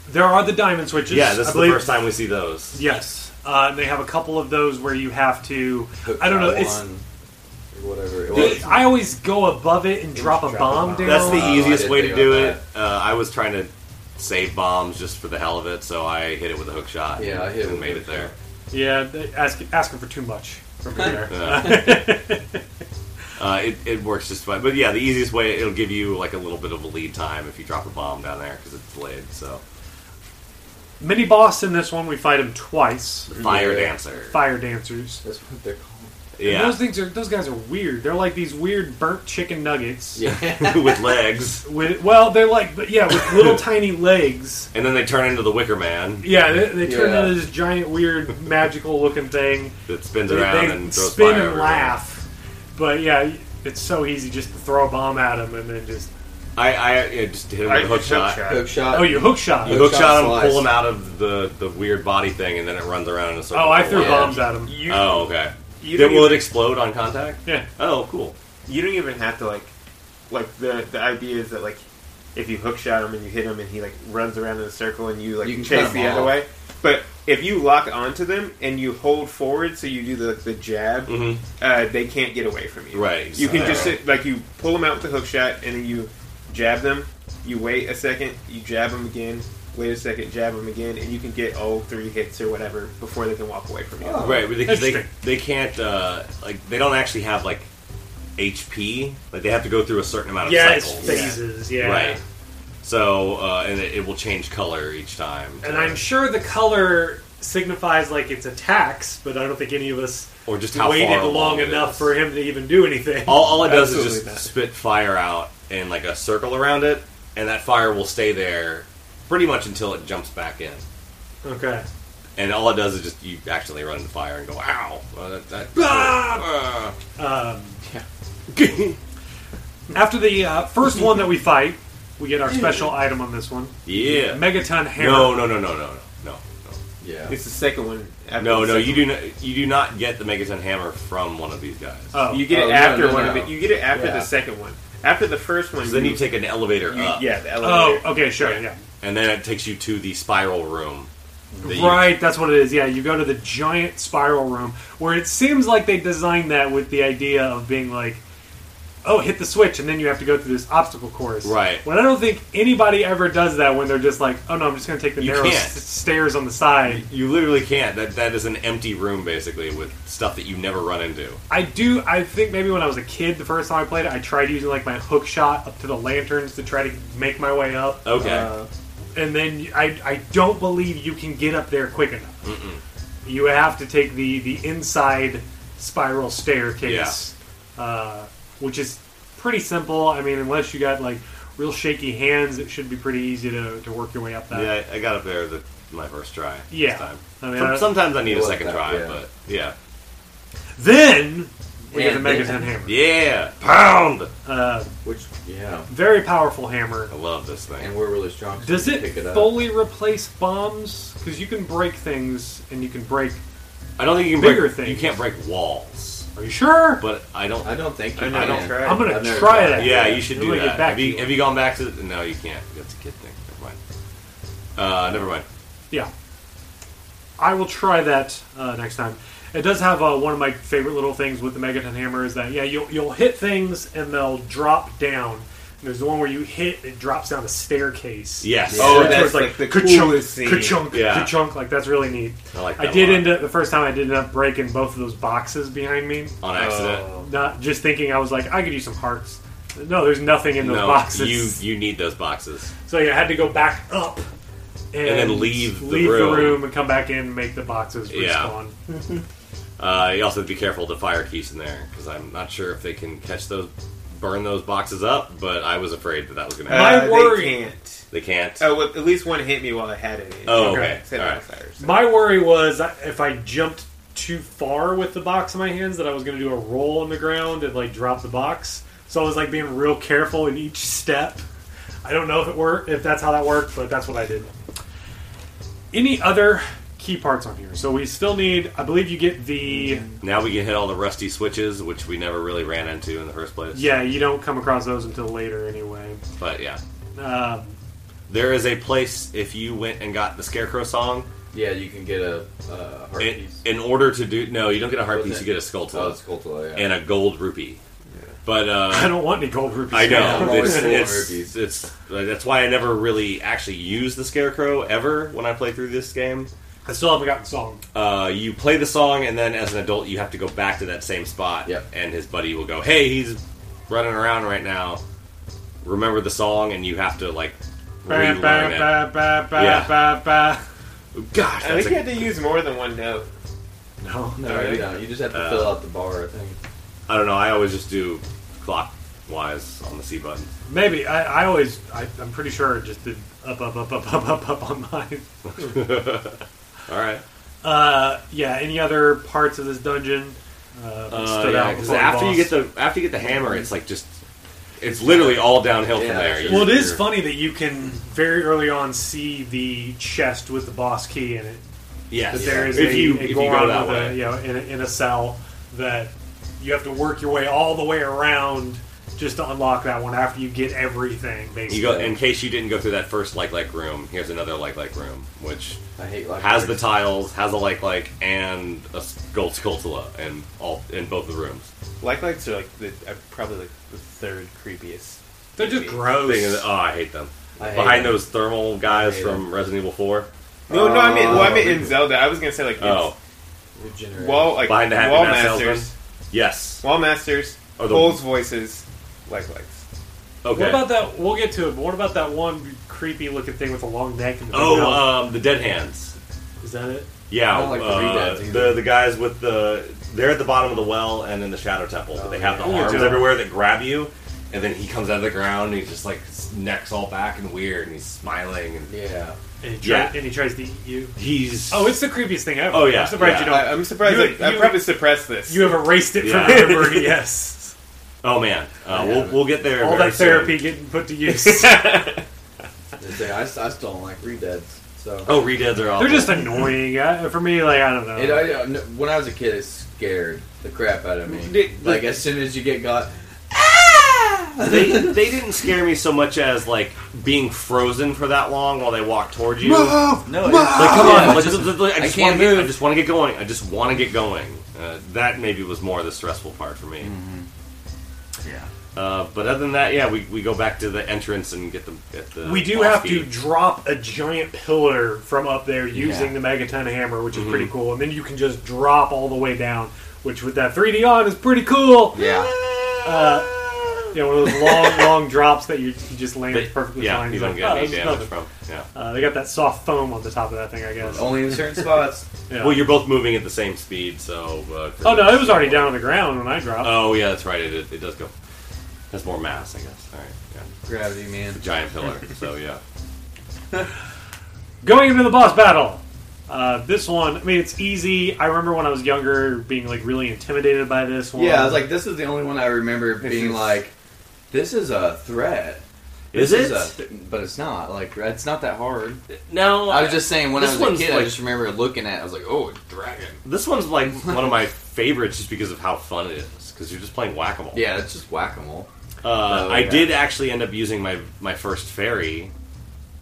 Speaker 1: there are the diamond switches.
Speaker 2: Yeah, this
Speaker 1: I
Speaker 2: is the
Speaker 1: believe-
Speaker 2: first time we see those.
Speaker 1: Yes, uh, and they have a couple of those where you have to.
Speaker 3: Hook
Speaker 1: I don't know.
Speaker 3: that
Speaker 1: It's
Speaker 3: one or whatever it
Speaker 1: The-
Speaker 3: was.
Speaker 1: I always go above it and drop a
Speaker 3: Drop a
Speaker 1: bomb
Speaker 3: bomb.
Speaker 1: down.
Speaker 2: That's
Speaker 3: Oh,
Speaker 2: the
Speaker 3: I
Speaker 2: easiest
Speaker 3: didn't
Speaker 2: way to
Speaker 3: think
Speaker 2: do
Speaker 3: about
Speaker 2: it. Uh, I was trying to save bombs just for the hell of it, so I hit it with a hook shot.
Speaker 3: Yeah, I hit it
Speaker 2: and
Speaker 3: with a
Speaker 2: made
Speaker 3: hook
Speaker 2: it there.
Speaker 1: yeah, they- ask, asking for too much from here.
Speaker 2: Uh, it, it works just fine. But yeah, the easiest way it'll give you like a little bit of a lead time if you drop a bomb down there because it's delayed. So
Speaker 1: Mini boss in this one, we fight him twice.
Speaker 2: the fire
Speaker 3: Yeah.
Speaker 2: dancer.
Speaker 1: Fire dancers.
Speaker 3: That's what they're called.
Speaker 1: And
Speaker 2: Yeah,
Speaker 1: those things are those guys are weird. They're like these weird burnt chicken nuggets.
Speaker 3: Yeah.
Speaker 2: with legs,
Speaker 1: With well, they're like but yeah, with little tiny legs.
Speaker 2: and then they turn into the Wicker Man
Speaker 1: Yeah, they, they turn
Speaker 3: Yeah.
Speaker 1: into this giant, weird, magical-looking thing.
Speaker 2: that spins
Speaker 1: They,
Speaker 2: around
Speaker 1: they
Speaker 2: and throws
Speaker 1: spin
Speaker 2: fire
Speaker 1: and
Speaker 2: everywhere.
Speaker 1: laugh, but yeah, it's so easy just to throw a bomb at them and then just
Speaker 2: I, I yeah, just hit him with a hook shot.
Speaker 3: Hook shot.
Speaker 1: oh, you hook shot.
Speaker 2: Uh, You
Speaker 3: Hook
Speaker 2: hook shot
Speaker 3: shot
Speaker 2: him,
Speaker 3: slice.
Speaker 2: pull him out of the, the weird body thing, and then it runs around in a circle.
Speaker 1: Oh, I threw
Speaker 2: Yeah.
Speaker 1: bombs at them.
Speaker 4: You,
Speaker 2: Oh, okay.
Speaker 4: you
Speaker 2: Then
Speaker 4: don't
Speaker 2: will it
Speaker 4: even,
Speaker 2: explode on contact?
Speaker 1: Yeah,
Speaker 2: Oh, cool.
Speaker 4: you don't even have to like, like the the idea is that like, if you hook shot him and you hit him and he like runs around in a circle and you like
Speaker 3: You can cut
Speaker 4: chase
Speaker 3: him
Speaker 4: the other
Speaker 3: off.
Speaker 4: way. But if you lock onto them and you hold forward, so you do the the jab,
Speaker 2: Mhm.
Speaker 4: uh, they can't get away from you.
Speaker 2: Right.
Speaker 4: You can
Speaker 2: so-
Speaker 4: just sit, like you pull them out with the hook shot and then you jab them. You wait a second, you jab them again. Wait a second, jab them again, and you can get all three hits or whatever before they can walk away from you.
Speaker 3: Oh.
Speaker 2: Right, because they,
Speaker 1: Interesting.
Speaker 2: they can't, uh, like, they don't actually have, like, HP. Like, they have to go through a certain amount of
Speaker 1: yeah, it's
Speaker 2: cycles.
Speaker 1: phases. Yeah,
Speaker 2: Right. So, uh, and it, it will change color each time. Uh,
Speaker 1: And I'm sure the color signifies like it's attacks, but I don't think any of us
Speaker 2: Or just how
Speaker 1: waited
Speaker 2: far
Speaker 1: long
Speaker 2: along it
Speaker 1: enough
Speaker 2: is.
Speaker 1: for him to even do anything.
Speaker 2: All, all it does is
Speaker 4: Absolutely
Speaker 2: just
Speaker 4: not.
Speaker 2: spit fire out in, like, a circle around it, and that fire will stay there pretty much until it jumps back in.
Speaker 1: Okay.
Speaker 2: And all it does is just you accidentally run into fire and go, ow! Well, that, that, uh,
Speaker 1: Ah! Um, after the uh, first one that we fight, we get our special item on this one:
Speaker 2: yeah.
Speaker 1: Megaton Hammer.
Speaker 2: No, no, no, no, no, no, no,
Speaker 3: Yeah.
Speaker 4: It's the second one.
Speaker 2: no,
Speaker 4: after
Speaker 2: no, no.
Speaker 4: the second
Speaker 2: You do not, you do not get the Megaton hammer from one of these guys.
Speaker 1: Oh,
Speaker 4: You get
Speaker 3: Oh,
Speaker 4: it
Speaker 3: no,
Speaker 4: after
Speaker 3: no,
Speaker 4: one
Speaker 3: no.
Speaker 4: of it. You get it after
Speaker 3: Yeah. Uh,
Speaker 4: the second one. After the first one,
Speaker 2: 'Cause then you take an elevator
Speaker 4: you-
Speaker 2: up,
Speaker 4: yeah, the
Speaker 1: oh,
Speaker 4: elevator.
Speaker 1: okay, sure, yeah.
Speaker 2: and then it takes you to the spiral room. that you-
Speaker 1: Right, that's what it is. Yeah, you go to the giant spiral room where it seems like they designed that with the idea of being like, oh, hit the switch and then you have to go through this obstacle course.
Speaker 2: Right.
Speaker 1: But I don't think anybody ever does that when they're just like, oh no, I'm just going to take the
Speaker 2: You
Speaker 1: narrow
Speaker 2: can't.
Speaker 1: s- stairs on the side.
Speaker 2: you literally can't. That that is an empty room basically with stuff that you never run into.
Speaker 1: I do, I think maybe when I was a kid, the first time I played it, I tried using like my hook shot up to the lanterns to try to make my way up.
Speaker 2: Okay,
Speaker 4: Uh,
Speaker 1: and then I, I don't believe you can get up there quick enough. You have to take the the inside spiral staircase, uh, which is pretty simple. I mean, unless you got like real shaky hands, it should be pretty easy to, to work your way up that.
Speaker 2: yeah, I, I got up there the, my first try.
Speaker 1: Yeah.
Speaker 2: this time.
Speaker 1: I mean, uh,
Speaker 2: Some-
Speaker 1: I-
Speaker 2: sometimes I need a
Speaker 3: Well,
Speaker 2: second
Speaker 3: that-
Speaker 2: try,
Speaker 3: yeah.
Speaker 2: but yeah,
Speaker 1: Then we get the
Speaker 3: And
Speaker 1: Megaton
Speaker 3: then-
Speaker 1: hammer,
Speaker 2: yeah, pound.
Speaker 1: uh,
Speaker 3: Which yeah.
Speaker 1: very powerful hammer.
Speaker 2: I love this
Speaker 3: And
Speaker 2: thing.
Speaker 3: we're really strong. so
Speaker 1: Does
Speaker 3: we
Speaker 1: it,
Speaker 3: pick it up.
Speaker 1: fully replace bombs? Because you can break things, and you can break.
Speaker 2: I don't think you can
Speaker 1: Bigger
Speaker 2: break, You
Speaker 1: things.
Speaker 2: can't break walls,
Speaker 1: Are you sure?
Speaker 2: but I don't.
Speaker 3: I don't think
Speaker 4: I
Speaker 3: you
Speaker 4: know.
Speaker 3: can.
Speaker 4: I tried.
Speaker 1: I'm gonna
Speaker 3: I've never
Speaker 1: try
Speaker 3: tried
Speaker 1: that.
Speaker 3: it.
Speaker 2: Yeah, you should
Speaker 1: I'm
Speaker 2: do
Speaker 1: gonna
Speaker 2: that.
Speaker 1: get back
Speaker 2: have,
Speaker 1: to
Speaker 2: you,
Speaker 1: you.
Speaker 2: have you gone back to? The, no, you can't. That's a kid thing. Never mind. Uh, never mind.
Speaker 1: Yeah. I will try that uh, next time. It does have uh, one of my favorite little things with the Megaton Hammer is that, yeah, you'll, you'll hit things and they'll drop down. And there's the one where you hit, it drops down a staircase.
Speaker 2: Yes.
Speaker 3: Yeah.
Speaker 4: oh,
Speaker 1: So it's
Speaker 4: that's like, the coolest scene.
Speaker 1: ka-chunk,
Speaker 2: Yeah.
Speaker 1: ka-chunk. Like, that's really neat.
Speaker 2: I like
Speaker 1: I
Speaker 2: that
Speaker 1: did
Speaker 2: a lot.
Speaker 1: end up, the first time I did end up breaking both of those boxes behind me.
Speaker 2: on accident.
Speaker 1: Not just thinking, I was like, I could use some hearts. No, there's nothing in those
Speaker 2: no,
Speaker 1: boxes.
Speaker 2: you you need those boxes.
Speaker 1: So yeah, I had to go back up and,
Speaker 2: then leave the
Speaker 1: leave
Speaker 2: room.
Speaker 1: the room and come back in and make the boxes
Speaker 2: Yeah.
Speaker 1: respawn.
Speaker 2: Uh, you also have to be careful to fire keys in there because I'm not sure if they can catch those, burn those boxes up. But I was afraid that that was going to
Speaker 4: Uh,
Speaker 1: My
Speaker 2: happen.
Speaker 4: they
Speaker 1: worry-
Speaker 4: can't.
Speaker 2: they can't.
Speaker 4: Oh, well, at least one hit me while I had it. in.
Speaker 2: Oh,
Speaker 1: okay.
Speaker 4: Set it
Speaker 2: All
Speaker 4: on
Speaker 2: right.
Speaker 4: fire, so.
Speaker 1: My worry was if I jumped too far with the box in my hands that I was going to do a roll on the ground and like drop the box. So I was like being real careful in each step. I don't know if it worked, if that's how that worked, but that's what I did. Any other key parts on here? So we still need. I believe you get the.
Speaker 2: Now we can hit all the rusty switches, which we never really ran into in the first place.
Speaker 1: Yeah, you don't come across those until later anyway.
Speaker 2: But yeah,
Speaker 1: Um,
Speaker 2: there is a place if you went and got the scarecrow song.
Speaker 3: Yeah, you can get a uh, heart
Speaker 2: In,
Speaker 3: piece.
Speaker 2: in order to do no, you don't get a heart
Speaker 3: Wasn't
Speaker 2: piece. You
Speaker 3: it?
Speaker 2: get a skull
Speaker 3: oh,
Speaker 2: to
Speaker 3: it's Sculptula, yeah.
Speaker 2: and a gold rupee. But uh,
Speaker 1: I don't want any gold rupees.
Speaker 2: I
Speaker 3: Yeah, I'm
Speaker 2: know.
Speaker 3: always
Speaker 2: It's,
Speaker 3: full of
Speaker 2: it's,
Speaker 3: rupees.
Speaker 2: it's- like, that's why I never really actually use the Scarecrow ever when I play through this game.
Speaker 1: I still haven't gotten the song.
Speaker 2: Uh, you play the song, and then as an adult, you have to go back to that same spot,
Speaker 3: Yep.
Speaker 2: and his buddy will go, "Hey, he's running around right now. Remember the song?" And you have to like relearn it.
Speaker 1: ba, ba, ba,
Speaker 2: Yeah.
Speaker 1: ba, ba.
Speaker 2: Gosh,
Speaker 4: I
Speaker 2: that's
Speaker 4: think you
Speaker 2: a,
Speaker 4: had to use more than one note.
Speaker 1: No.
Speaker 3: No,
Speaker 2: Alright.
Speaker 3: no, you just have to
Speaker 2: Uh,
Speaker 3: fill out the bar. I think.
Speaker 2: I don't know. I always just do clockwise on the C button.
Speaker 1: Maybe. I, I always, I, I'm pretty sure it just did up, up, up, up, up, up, up on mine.
Speaker 2: All right.
Speaker 1: Uh, yeah, any other parts of this dungeon uh, that
Speaker 2: Uh,
Speaker 1: stood
Speaker 2: yeah,
Speaker 1: out
Speaker 2: 'cause
Speaker 1: before
Speaker 2: after you
Speaker 1: boss?
Speaker 2: get the after you get the hammer, it's like just it's literally all downhill
Speaker 3: Yeah,
Speaker 2: from there.
Speaker 3: sure.
Speaker 2: You-
Speaker 1: Well, it is
Speaker 2: you're-
Speaker 1: funny that you can very early on see the chest with the boss key in it.
Speaker 2: Yes.
Speaker 1: That there is
Speaker 2: if
Speaker 1: a,
Speaker 2: you
Speaker 1: a
Speaker 2: if you
Speaker 1: Goron
Speaker 2: go that
Speaker 1: with a-
Speaker 2: way.
Speaker 1: you know, in a, in a cell that you have to work your way all the way around just to unlock that one after you get everything. Basically,
Speaker 2: You go in case you didn't go through that first like like room. Here's another like like room, which
Speaker 3: I hate like
Speaker 2: has the tiles, has a like like, and a gold sculptula, and all in both the rooms.
Speaker 4: Like lights are like the uh, probably like the third creepiest.
Speaker 1: they're just
Speaker 2: Thing
Speaker 1: gross.
Speaker 2: is, oh, I hate them.
Speaker 3: I hate
Speaker 2: Behind
Speaker 3: them.
Speaker 2: those thermal guys
Speaker 3: hate
Speaker 2: from Resident Evil Four.
Speaker 4: No, no, I mean, well, I
Speaker 3: Oh.
Speaker 4: mean in Zelda. I was gonna say like it's
Speaker 2: Oh,
Speaker 3: regenerated.
Speaker 4: wall like
Speaker 2: Behind the Happy
Speaker 4: wall
Speaker 2: Mass
Speaker 4: masters,
Speaker 2: salesman? yes.
Speaker 4: wall masters,
Speaker 2: Or the-
Speaker 4: Cole's voices, like lights.
Speaker 1: What
Speaker 2: Okay.
Speaker 1: about that? We'll get to it. But what about that one creepy looking thing with a long neck? And the big mouth?
Speaker 2: oh, uh, um, the dead hands.
Speaker 1: is that it?
Speaker 2: Yeah,
Speaker 3: I don't like the
Speaker 2: uh,
Speaker 3: redads either.
Speaker 2: the the guys with the they're at the bottom of the well and in the shadow temple, but they have
Speaker 1: Oh,
Speaker 2: the
Speaker 1: yeah.
Speaker 2: arms everywhere that grab you, and then he comes out of the ground and he's just like his necks all back and weird, and he's smiling and
Speaker 3: Yeah.
Speaker 1: And he, try,
Speaker 2: Yeah.
Speaker 1: and he tries to eat you.
Speaker 2: he's
Speaker 1: Oh, it's the creepiest thing ever.
Speaker 2: Oh, yeah,
Speaker 1: I'm surprised
Speaker 2: yeah.
Speaker 1: you don't.
Speaker 4: I, I'm surprised.
Speaker 1: You-
Speaker 4: like, I
Speaker 1: you-
Speaker 4: probably suppressed this.
Speaker 1: you have erased it
Speaker 2: Yeah.
Speaker 1: from memory. Yes,
Speaker 2: oh man, uh,
Speaker 3: I
Speaker 2: we'll
Speaker 3: haven't.
Speaker 2: we'll get there.
Speaker 1: all
Speaker 2: very
Speaker 1: that therapy
Speaker 2: soon.
Speaker 1: getting put to use. They're
Speaker 3: They say, I, I still don't like redeads. So
Speaker 2: Oh, redads are all
Speaker 1: just annoying I, for me. Like I don't
Speaker 2: Oh,
Speaker 1: know.
Speaker 3: It, I, uh, no- when I was a kid, it scared the crap out of me.
Speaker 4: Did-
Speaker 3: like as soon as you get got,
Speaker 2: they they didn't scare me so much as like being frozen for that long while they walk towards you.
Speaker 3: no,
Speaker 2: Like, come on,
Speaker 3: Yeah.
Speaker 2: let's- let's- let's- I just
Speaker 3: can't
Speaker 2: want to get, I
Speaker 3: move.
Speaker 2: just want to get going. I just want to get going. Uh, that maybe was more the stressful part for
Speaker 1: Hmm.
Speaker 2: me.
Speaker 1: yeah.
Speaker 2: Uh, but other than that, yeah, we, we go back to the entrance and get the. Get the
Speaker 1: We do
Speaker 2: boss
Speaker 1: have
Speaker 2: key.
Speaker 1: to drop a giant pillar from up there using
Speaker 3: Yeah.
Speaker 1: the megaton hammer, which is pretty
Speaker 2: Mm-hmm.
Speaker 1: cool. And then you can just drop all the way down, which with that 3D on is pretty cool.
Speaker 3: Yeah.
Speaker 1: Uh, you know, one of those long, long drops that you, you just land
Speaker 2: But-
Speaker 1: perfectly
Speaker 2: yeah,
Speaker 1: fine.
Speaker 2: you
Speaker 1: It's
Speaker 2: don't
Speaker 1: like, oh,
Speaker 2: get any
Speaker 1: this is
Speaker 2: damage
Speaker 1: nothing.
Speaker 2: from. Yeah.
Speaker 1: Uh, they got that soft foam on the top of that thing, I guess.
Speaker 3: only in certain spots.
Speaker 1: Yeah.
Speaker 2: Well, you're both moving at the same speed, so. Uh, for
Speaker 1: oh no,
Speaker 2: the-
Speaker 1: it was already down on the ground when I dropped.
Speaker 2: Oh yeah, that's right. It, it, it does go. Has more mass, I guess. All right. Yeah.
Speaker 3: Gravity, man.
Speaker 2: Giant pillar. so yeah.
Speaker 1: Going into the boss battle. Uh, this one, I mean, it's easy. I remember when I was younger being like really intimidated by this one.
Speaker 3: Yeah, I was like, this is the only one I remember being
Speaker 4: is-
Speaker 3: like, this is a threat.
Speaker 2: Is
Speaker 3: This
Speaker 2: it?
Speaker 3: a th- but it's not. Like, it's not that hard.
Speaker 2: No,
Speaker 3: I was just saying, when I
Speaker 2: This
Speaker 3: was a
Speaker 2: one's
Speaker 3: kid, I
Speaker 2: like-
Speaker 3: just remember looking at it. I was like, oh, a dragon.
Speaker 2: This one's like one of my favorites just because of how fun it is. Because you're just playing whack a mole.
Speaker 3: Yeah, it's just whack a mole.
Speaker 2: Uh,
Speaker 3: Oh,
Speaker 2: I
Speaker 3: yeah.
Speaker 2: did actually end up using my my first fairy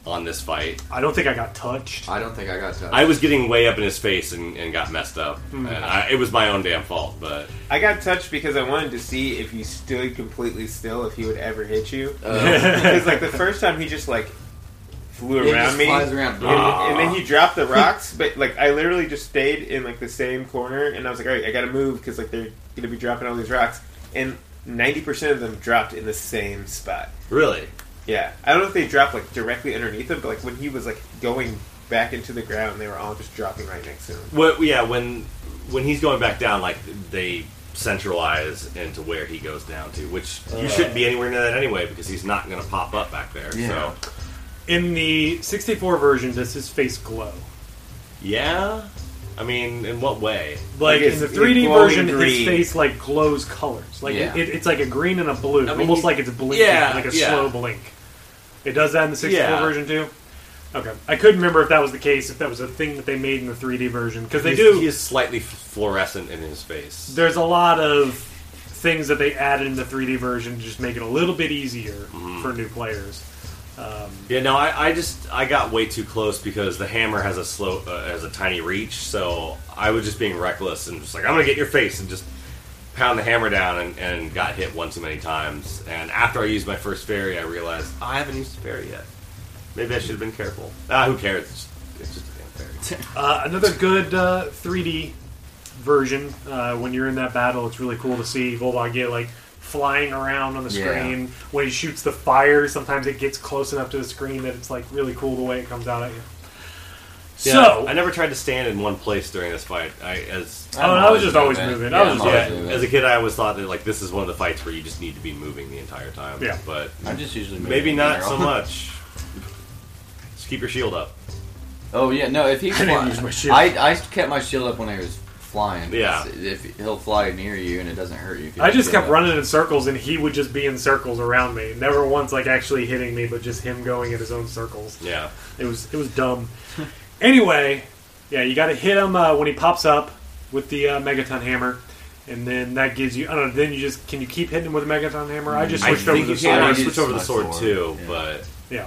Speaker 2: on this fight.
Speaker 1: I don't think I got touched.
Speaker 3: I don't think I got touched.
Speaker 2: I was getting way up in his face and, and got messed up. And I, it was my own damn fault, but
Speaker 4: I got touched because I wanted to see if you stood completely still, if he would ever hit you.
Speaker 3: Uh,
Speaker 4: Because like the first time he just like flew
Speaker 3: it
Speaker 4: around
Speaker 3: just
Speaker 4: me,
Speaker 3: flies
Speaker 4: and,
Speaker 3: around.
Speaker 2: Ah.
Speaker 4: and then he dropped the rocks. But like I literally just stayed in like the same corner, and I was like, all right, I got to move because like they're gonna be dropping all these rocks, and ninety percent of them dropped in the same spot.
Speaker 2: really,
Speaker 4: Yeah, I don't know if they dropped like directly underneath him, but like when he was like going back into the ground, they were all just dropping right next to him.
Speaker 2: well, yeah, when when he's going back down, like they centralize into where he goes down to, which you shouldn't be anywhere near that anyway because he's not going to pop up back there.
Speaker 3: Yeah.
Speaker 2: So
Speaker 1: In the 64 version, does his face glow?
Speaker 2: yeah, I mean, in what way?
Speaker 1: Like
Speaker 4: Like
Speaker 1: in
Speaker 4: it's-
Speaker 1: the
Speaker 4: it's
Speaker 1: 3D
Speaker 4: glowing
Speaker 1: version, his
Speaker 4: green.
Speaker 1: face like glows colors. Like
Speaker 3: Yeah.
Speaker 1: it, it's like a green and a blue,
Speaker 2: mean,
Speaker 1: almost
Speaker 2: you-
Speaker 1: like it's blinking,
Speaker 2: Yeah,
Speaker 1: like a
Speaker 2: yeah.
Speaker 1: slow blink. It does that in the 64
Speaker 2: Yeah.
Speaker 1: version too. Okay, I couldn't remember if that was the case, if that was a thing that they made in the 3D version because they
Speaker 2: He's-
Speaker 1: do.
Speaker 2: He is slightly fluorescent in his face.
Speaker 1: there's a lot of things that they added in the 3D version to just make it a little bit easier
Speaker 2: Mm-hmm.
Speaker 1: for new players. Um,
Speaker 2: Yeah, no, I, I just I got way too close because the hammer has a slow uh, has a tiny reach, so I was just being reckless and just like I'm gonna get your face and just pound the hammer down and, and got hit one too many times. And after I used my first fairy, I realized "Oh, I haven't used a fairy yet. Maybe I should have been careful. Ah, who cares? It's just, it's just a damn fairy.
Speaker 1: Uh, another good uh, 3D version. Uh, when you're in that battle, it's really cool to see Volbog get like flying around on the
Speaker 3: Yeah.
Speaker 1: screen. When he shoots the fire, sometimes it gets close enough to the screen that it's like really cool the way it comes out at you. So-
Speaker 2: I never tried to stand in one place during this fight. I as
Speaker 1: Oh, I was just always moving. I was
Speaker 3: I'm
Speaker 1: just-
Speaker 2: yeah,
Speaker 3: always moving.
Speaker 2: as a kid, I always thought that like this is one of the fights where you just need to be moving the entire time.
Speaker 1: Yeah.
Speaker 2: but
Speaker 3: I'm just usually moving
Speaker 2: maybe
Speaker 3: in
Speaker 2: not
Speaker 3: general.
Speaker 2: so much. Just keep your shield up.
Speaker 3: Oh yeah, no. If he,
Speaker 1: didn't
Speaker 3: fly-
Speaker 1: use my shield.
Speaker 3: I I kept my shield up when I was flying.
Speaker 2: Yeah.
Speaker 3: If he'll fly near you and it doesn't hurt you. if you
Speaker 1: I
Speaker 3: have
Speaker 1: just
Speaker 3: shield
Speaker 1: kept
Speaker 3: up.
Speaker 1: running in circles, and he would just be in circles around me. Never once like actually hitting me, but just him going in his own circles.
Speaker 2: Yeah,
Speaker 1: It was it was dumb. anyway, yeah, you got to hit him uh, when he pops up with the uh, megaton hammer, and then that gives you. I don't know. Then you just can you keep hitting him with a megaton hammer? I just
Speaker 2: I
Speaker 1: switched over
Speaker 2: think
Speaker 1: to
Speaker 2: you
Speaker 1: the
Speaker 2: can.
Speaker 1: sword.
Speaker 2: I
Speaker 3: sword.
Speaker 2: switched over to the
Speaker 3: My
Speaker 2: sword
Speaker 3: sword,
Speaker 2: too,
Speaker 3: yeah.
Speaker 2: but
Speaker 1: Yeah,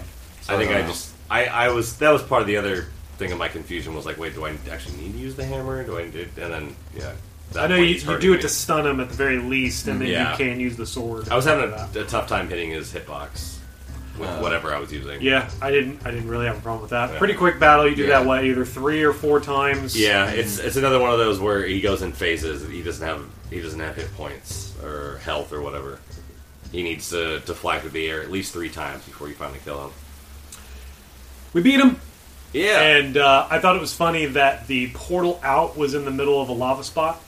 Speaker 2: I think I
Speaker 3: don't know.
Speaker 2: just I, I was that was part of the other thing of my confusion was like wait do I actually need to use the hammer do I need and then yeah that
Speaker 1: I know
Speaker 2: point
Speaker 1: you,
Speaker 2: he's
Speaker 1: you
Speaker 2: hurting
Speaker 1: do it
Speaker 2: me.
Speaker 1: to stun him at the very least, and then
Speaker 2: Yeah.
Speaker 1: you can use the sword. Uh,
Speaker 2: I was having
Speaker 1: after that.
Speaker 2: a, a tough time hitting his hitbox with
Speaker 3: Uh,
Speaker 2: whatever I was using
Speaker 1: Yeah, I didn't. I didn't really have a problem with that.
Speaker 2: Yeah.
Speaker 1: Pretty quick battle. You do
Speaker 3: Yeah.
Speaker 1: that what either three or four times.
Speaker 2: yeah it's it's another one of those where he goes in phases he doesn't have he doesn't have hit points or health or whatever he needs to to fly through the air at least three times before you finally kill him
Speaker 1: we beat him.
Speaker 2: yeah
Speaker 1: And uh, I thought it was funny that the portal out was in the middle of a lava spot.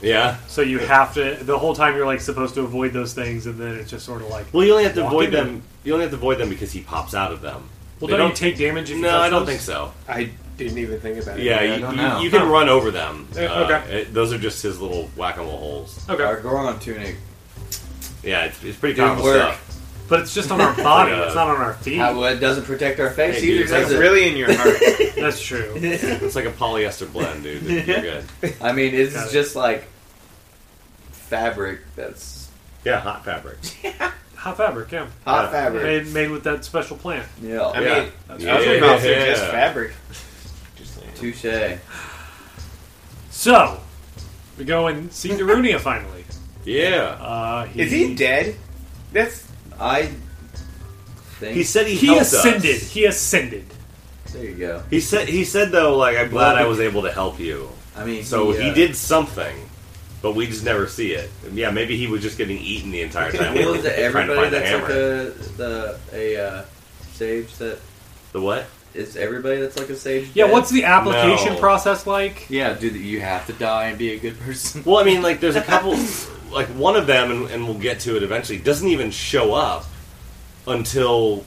Speaker 2: yeah
Speaker 1: So you have to the whole time you're like supposed to avoid those things, and then it's just sort of like
Speaker 2: well you only have to
Speaker 1: Walk
Speaker 2: avoid
Speaker 1: into
Speaker 2: them you only have to avoid them because he pops out of them
Speaker 1: well,
Speaker 2: They
Speaker 1: don't, you take damage? If you
Speaker 2: no
Speaker 1: touch
Speaker 2: I don't
Speaker 1: those?
Speaker 2: think so
Speaker 4: I didn't even think about it.
Speaker 2: Yeah,
Speaker 3: Yeah, I
Speaker 2: you,
Speaker 3: don't
Speaker 2: you,
Speaker 3: know.
Speaker 2: you can
Speaker 1: Huh.
Speaker 2: run over them.
Speaker 1: Eh,
Speaker 2: Uh,
Speaker 1: okay.
Speaker 2: it- those are just his little whack-a-mole holes.
Speaker 1: Okay,
Speaker 3: Our Goron tunic.
Speaker 2: Yeah, it's, it's pretty
Speaker 3: Didn't
Speaker 2: common
Speaker 3: work.
Speaker 2: stuff.
Speaker 1: but it's just on our body.
Speaker 2: Yeah.
Speaker 1: It's not on our feet.
Speaker 3: How, it doesn't protect our face
Speaker 2: Hey, dude,
Speaker 3: either,
Speaker 2: it's
Speaker 4: Like
Speaker 3: does it?
Speaker 4: really in your heart.
Speaker 1: That's true.
Speaker 2: It's like a polyester blend, dude. You're good.
Speaker 3: I mean,
Speaker 1: Got
Speaker 3: it's
Speaker 1: it.
Speaker 3: just like fabric that's
Speaker 2: Yeah, hot fabric.
Speaker 1: Hot fabric, yeah.
Speaker 3: hot
Speaker 2: Yeah.
Speaker 3: fabric.
Speaker 1: Made, made with that special plant.
Speaker 3: Yeah.
Speaker 4: I
Speaker 2: Yeah.
Speaker 4: mean,
Speaker 2: Yeah.
Speaker 4: I was about to
Speaker 2: Yeah.
Speaker 4: just fabric. Just saying.
Speaker 3: Touche.
Speaker 1: So we go and see Darunia finally.
Speaker 2: Yeah.
Speaker 1: Uh, he,
Speaker 4: Is he dead? That's
Speaker 3: I think.
Speaker 2: He said he,
Speaker 1: He
Speaker 2: helped
Speaker 1: ascended.
Speaker 2: Us.
Speaker 1: He ascended.
Speaker 3: there you go.
Speaker 2: He said he said though, like I'm glad I was able to help you.
Speaker 3: I mean,
Speaker 2: So
Speaker 3: he,
Speaker 2: he
Speaker 3: uh,
Speaker 2: did something, but we just never see it. Yeah, maybe he was just getting eaten the entire time.
Speaker 3: What was it?
Speaker 2: Trying to
Speaker 3: Everybody
Speaker 2: find the
Speaker 3: that's like
Speaker 2: hammer.
Speaker 3: a the a uh, sage that
Speaker 2: the what?
Speaker 3: is everybody that's like a sage.
Speaker 1: Yeah.
Speaker 3: dead?
Speaker 1: What's the application
Speaker 2: No.
Speaker 1: process like?
Speaker 3: yeah, dude? You have to die and be a good person.
Speaker 2: Well, I mean, like, there's a couple, like, one of them, and, and we'll get to it eventually, doesn't even show up until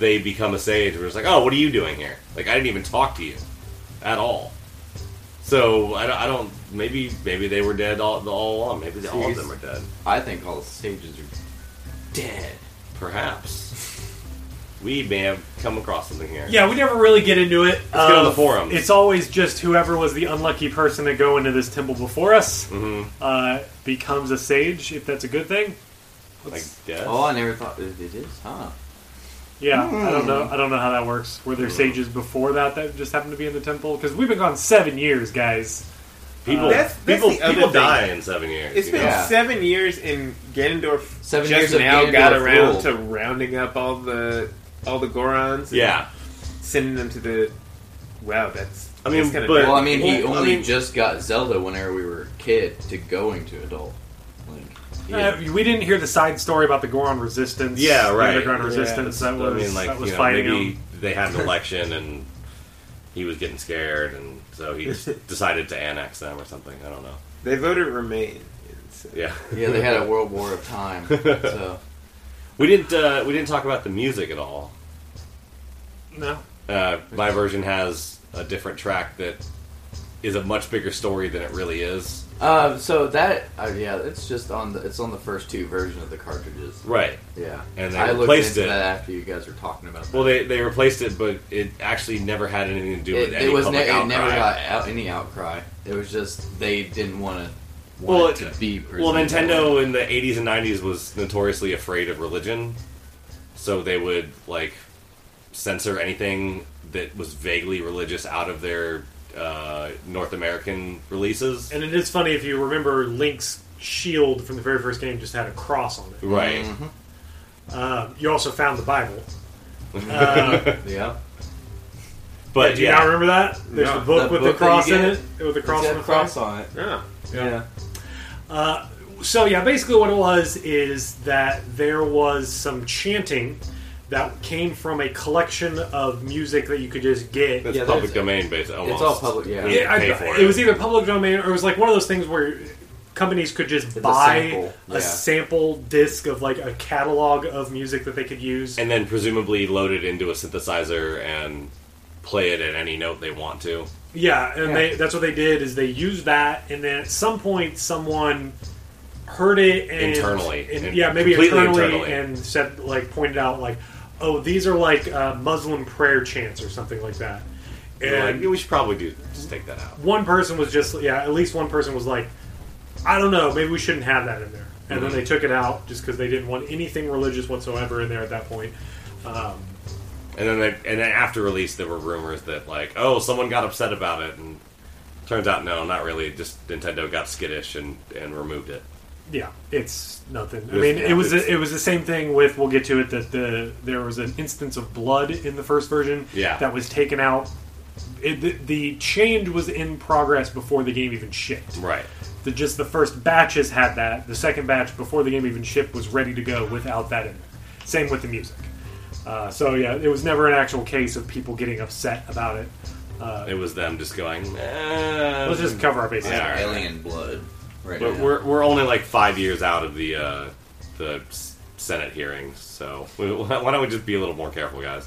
Speaker 2: they become a sage. Where it's like, oh, what are you doing here? Like, I didn't even talk to you at all. So I don't, I don't maybe maybe they were dead all, all along. Maybe they- all of them are dead.
Speaker 3: I think all sages are dead.
Speaker 2: Perhaps we may have come across something here.
Speaker 1: Yeah, we never really get into it. Let's
Speaker 2: get on the forums.
Speaker 1: It's always just whoever was the unlucky person to go into this temple before us
Speaker 2: Mm-hmm.
Speaker 1: uh, becomes a sage, if that's a good thing.
Speaker 2: Like death.
Speaker 3: Oh, I never thought it it is, huh?
Speaker 1: Yeah, I don't
Speaker 2: Mm.
Speaker 1: know. I don't know how that works. Were there sages before that that just happened to be in the temple? Because we've been gone seven years, guys. Uh,
Speaker 2: people.
Speaker 4: That's- that's
Speaker 2: people.
Speaker 4: the other
Speaker 2: people
Speaker 4: thing.
Speaker 2: die in seven years.
Speaker 4: it's
Speaker 2: you
Speaker 4: been
Speaker 2: know?
Speaker 3: Yeah.
Speaker 4: seven years in Ganondorf.
Speaker 3: Seven
Speaker 4: just
Speaker 3: years of
Speaker 4: now got
Speaker 3: Ganondorf
Speaker 4: around
Speaker 3: rule.
Speaker 4: to rounding up all the all the Gorons. and
Speaker 2: yeah.
Speaker 4: sending them to the. Wow, that's.
Speaker 2: I mean,
Speaker 4: that's kinda
Speaker 2: but-
Speaker 4: dark.
Speaker 3: Well, I mean, he
Speaker 2: Well, I
Speaker 3: only
Speaker 2: mean-
Speaker 3: just got Zelda whenever we were a kid to going to adult. Like, he
Speaker 1: Uh, we didn't hear the side story about the Goron resistance.
Speaker 2: Yeah, right.
Speaker 1: The Underground
Speaker 4: Yeah,
Speaker 1: resistance. That
Speaker 2: I
Speaker 1: was
Speaker 2: mean, like
Speaker 1: that was
Speaker 2: you know,
Speaker 1: fighting
Speaker 2: maybe
Speaker 1: him.
Speaker 2: they had an election and he was getting scared, and so he just decided to annex them or something. I don't know.
Speaker 4: They voted remain. It's-
Speaker 2: Yeah,
Speaker 3: Yeah, they had a world war of time. So
Speaker 2: we didn't uh, we didn't talk about the music at all.
Speaker 1: No.
Speaker 2: Uh, my version has a different track that is a much bigger story than it really is.
Speaker 3: Uh, so that uh, yeah, it's just on the it's on the first two version of the cartridges.
Speaker 2: Right.
Speaker 3: Yeah,
Speaker 2: And they
Speaker 3: I looked
Speaker 2: replaced
Speaker 3: into
Speaker 2: it.
Speaker 3: that after you guys were talking about.
Speaker 2: Well,
Speaker 3: that.
Speaker 2: they, they replaced it, but it actually never had anything to do with
Speaker 3: it,
Speaker 2: any
Speaker 3: it was
Speaker 2: public
Speaker 3: ne- it
Speaker 2: outcry.
Speaker 3: never got out, any outcry. It was just they didn't want to want
Speaker 2: Well,
Speaker 3: it
Speaker 2: it-
Speaker 3: to be.
Speaker 2: Well,
Speaker 3: presented that
Speaker 2: Nintendo
Speaker 3: way.
Speaker 2: in the 80s and 90s was notoriously afraid of religion, so they would like censor anything that was vaguely religious out of their uh, North American releases.
Speaker 1: And it is funny if you remember Link's shield from the very first game just had a cross on it.
Speaker 2: Right.
Speaker 3: Mm-hmm.
Speaker 1: Uh, you also found the Bible. Uh,
Speaker 3: Yeah,
Speaker 1: But
Speaker 2: But
Speaker 1: do you not
Speaker 2: yeah,
Speaker 1: remember that? There's
Speaker 4: No.
Speaker 1: the book
Speaker 3: The
Speaker 1: with
Speaker 3: book
Speaker 1: the
Speaker 3: that
Speaker 1: cross
Speaker 3: you
Speaker 1: in
Speaker 3: get.
Speaker 1: it, with the cross
Speaker 3: It's
Speaker 1: on
Speaker 3: got
Speaker 1: the
Speaker 3: a
Speaker 1: cross.
Speaker 3: cross on it.
Speaker 4: Oh.
Speaker 1: Yeah.
Speaker 3: Yeah.
Speaker 1: Uh, so yeah, basically what it was is that there was some chanting that came from a collection of music that you could just get.
Speaker 2: That's
Speaker 3: Yeah,
Speaker 2: public
Speaker 3: there's-
Speaker 2: domain, basically. Almost.
Speaker 3: all public, yeah.
Speaker 2: You
Speaker 1: Yeah, I-
Speaker 2: pay for
Speaker 1: it was either public domain or it was like one of those things where companies could just
Speaker 3: It's a
Speaker 1: buy a sample,
Speaker 3: sample, yeah.
Speaker 1: disc of like a catalog of music that they could use.
Speaker 2: and then presumably load it into a synthesizer and play it at any note they want to.
Speaker 1: yeah, and
Speaker 3: Yeah.
Speaker 1: They, that's what they did is they used that, and then at some point someone heard it and,
Speaker 2: Internally,
Speaker 1: and,
Speaker 2: and
Speaker 1: yeah, maybe
Speaker 2: completely
Speaker 1: internally,
Speaker 2: internally.
Speaker 1: and said like pointed out like, oh, these are like uh, Muslim prayer chants or something like that.
Speaker 2: And
Speaker 1: And
Speaker 2: like, we should probably do just take that out.
Speaker 1: one person was just yeah at least one person was like i don't know maybe we shouldn't have that in there and
Speaker 2: Mm-hmm.
Speaker 1: then they took it out just because they didn't want anything religious whatsoever in there at that point um,
Speaker 2: And then they, and then after release, there were rumors that like, oh, someone got upset about it, and turns out no, not really. Just Nintendo got skittish and and removed it.
Speaker 1: yeah it's nothing i
Speaker 2: It's-
Speaker 1: mean it was
Speaker 2: it's-
Speaker 1: it was the same thing with we'll get to it that the there was an instance of blood in the first version
Speaker 2: Yeah.
Speaker 1: that was taken out it, the, the change was in progress before the game even shipped
Speaker 2: Right.
Speaker 1: the, just the first batches had that. The second batch, before the game even shipped, was ready to go without that in it. Same with the music. Uh, so yeah, it was never an actual case of people getting upset about it. Uh,
Speaker 2: It was them just going. Eh,
Speaker 1: let's just cover our bases.
Speaker 2: Yeah. Alright.
Speaker 3: Alien blood. Right
Speaker 2: But
Speaker 3: now.
Speaker 2: we're we're only like five years out of the uh, the s- Senate hearings, so we, why don't we just be a little more careful, guys?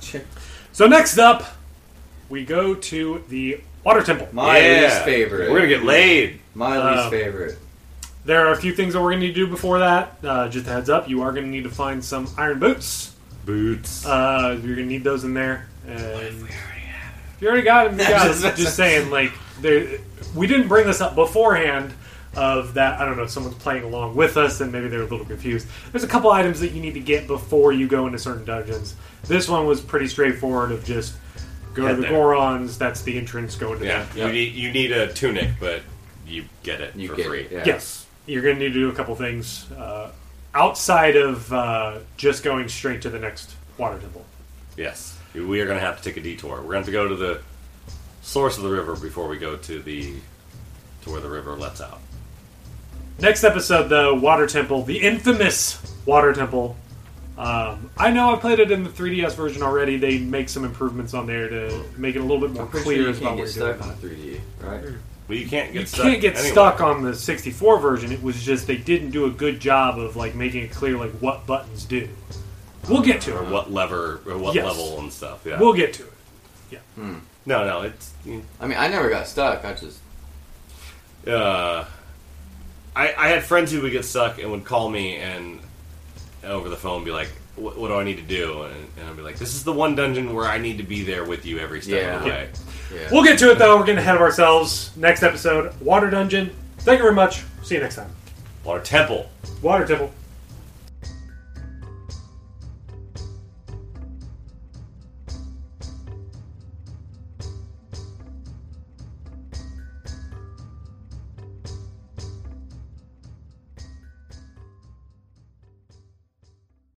Speaker 1: So next up, we go to the Water Temple.
Speaker 3: my
Speaker 2: Yeah.
Speaker 3: least favorite.
Speaker 2: We're gonna get laid.
Speaker 3: My
Speaker 1: Um,
Speaker 3: least favorite.
Speaker 1: There are a few things that we're going to need to do before that. Uh, just a heads up, you are going to need to find some iron boots.
Speaker 2: Boots.
Speaker 1: Uh, you're going to need those in there. And If you already got him. You got him.
Speaker 3: Just-
Speaker 1: Just saying, like, there, we didn't bring this up beforehand. Of that, I don't know. if Someone's playing along with us, and maybe they're a little confused. There's a couple items that you need to get before you go into certain dungeons. This one was pretty straightforward. Of just go to
Speaker 2: Head
Speaker 1: the
Speaker 2: there.
Speaker 1: Gorons. That's the entrance. Go into
Speaker 2: yeah,
Speaker 1: that.
Speaker 2: you need you need a tunic, but you get it
Speaker 3: You
Speaker 2: for
Speaker 3: get
Speaker 2: free.
Speaker 3: it, yeah.
Speaker 1: Yes, you're going to need to do a couple things uh, outside of uh, just going straight to the next water temple.
Speaker 2: Yes, we are going to have to take a detour. We're going to have to go to the source of the river before we go to the to where the river lets out.
Speaker 1: Next episode, the Water Temple, the infamous Water Temple. Um, I know I played it in the 3DS version already. They make some improvements on there to make it a little bit more
Speaker 3: I'm pretty
Speaker 1: clear
Speaker 3: sure you
Speaker 1: about
Speaker 3: can't get
Speaker 1: what you're
Speaker 3: stuck
Speaker 1: doing.
Speaker 3: on 3D, right?
Speaker 2: Well, you can't get
Speaker 1: You
Speaker 2: stuck
Speaker 1: can't get
Speaker 2: anywhere.
Speaker 1: stuck on the 64 version. It was just they didn't do a good job of like making it clear like what buttons do. We'll get to
Speaker 2: or
Speaker 1: it.
Speaker 2: what lever or what
Speaker 1: Yes.
Speaker 2: level and stuff. Yeah.
Speaker 1: We'll get to it.
Speaker 2: no, no, it's
Speaker 3: I mean, I never got stuck. I just
Speaker 2: uh, I, I had friends who would get stuck and would call me and over the phone be like, "What, what do I need to do?" And, and I'd be like, "This is the one dungeon where I need to be there with you every step of the
Speaker 3: Yeah.
Speaker 2: way."
Speaker 3: yeah.
Speaker 1: We'll get to it though. We're getting ahead of ourselves. Next episode, Water Dungeon. Thank you very much. See you next time.
Speaker 2: Or temple.
Speaker 1: Water Temple.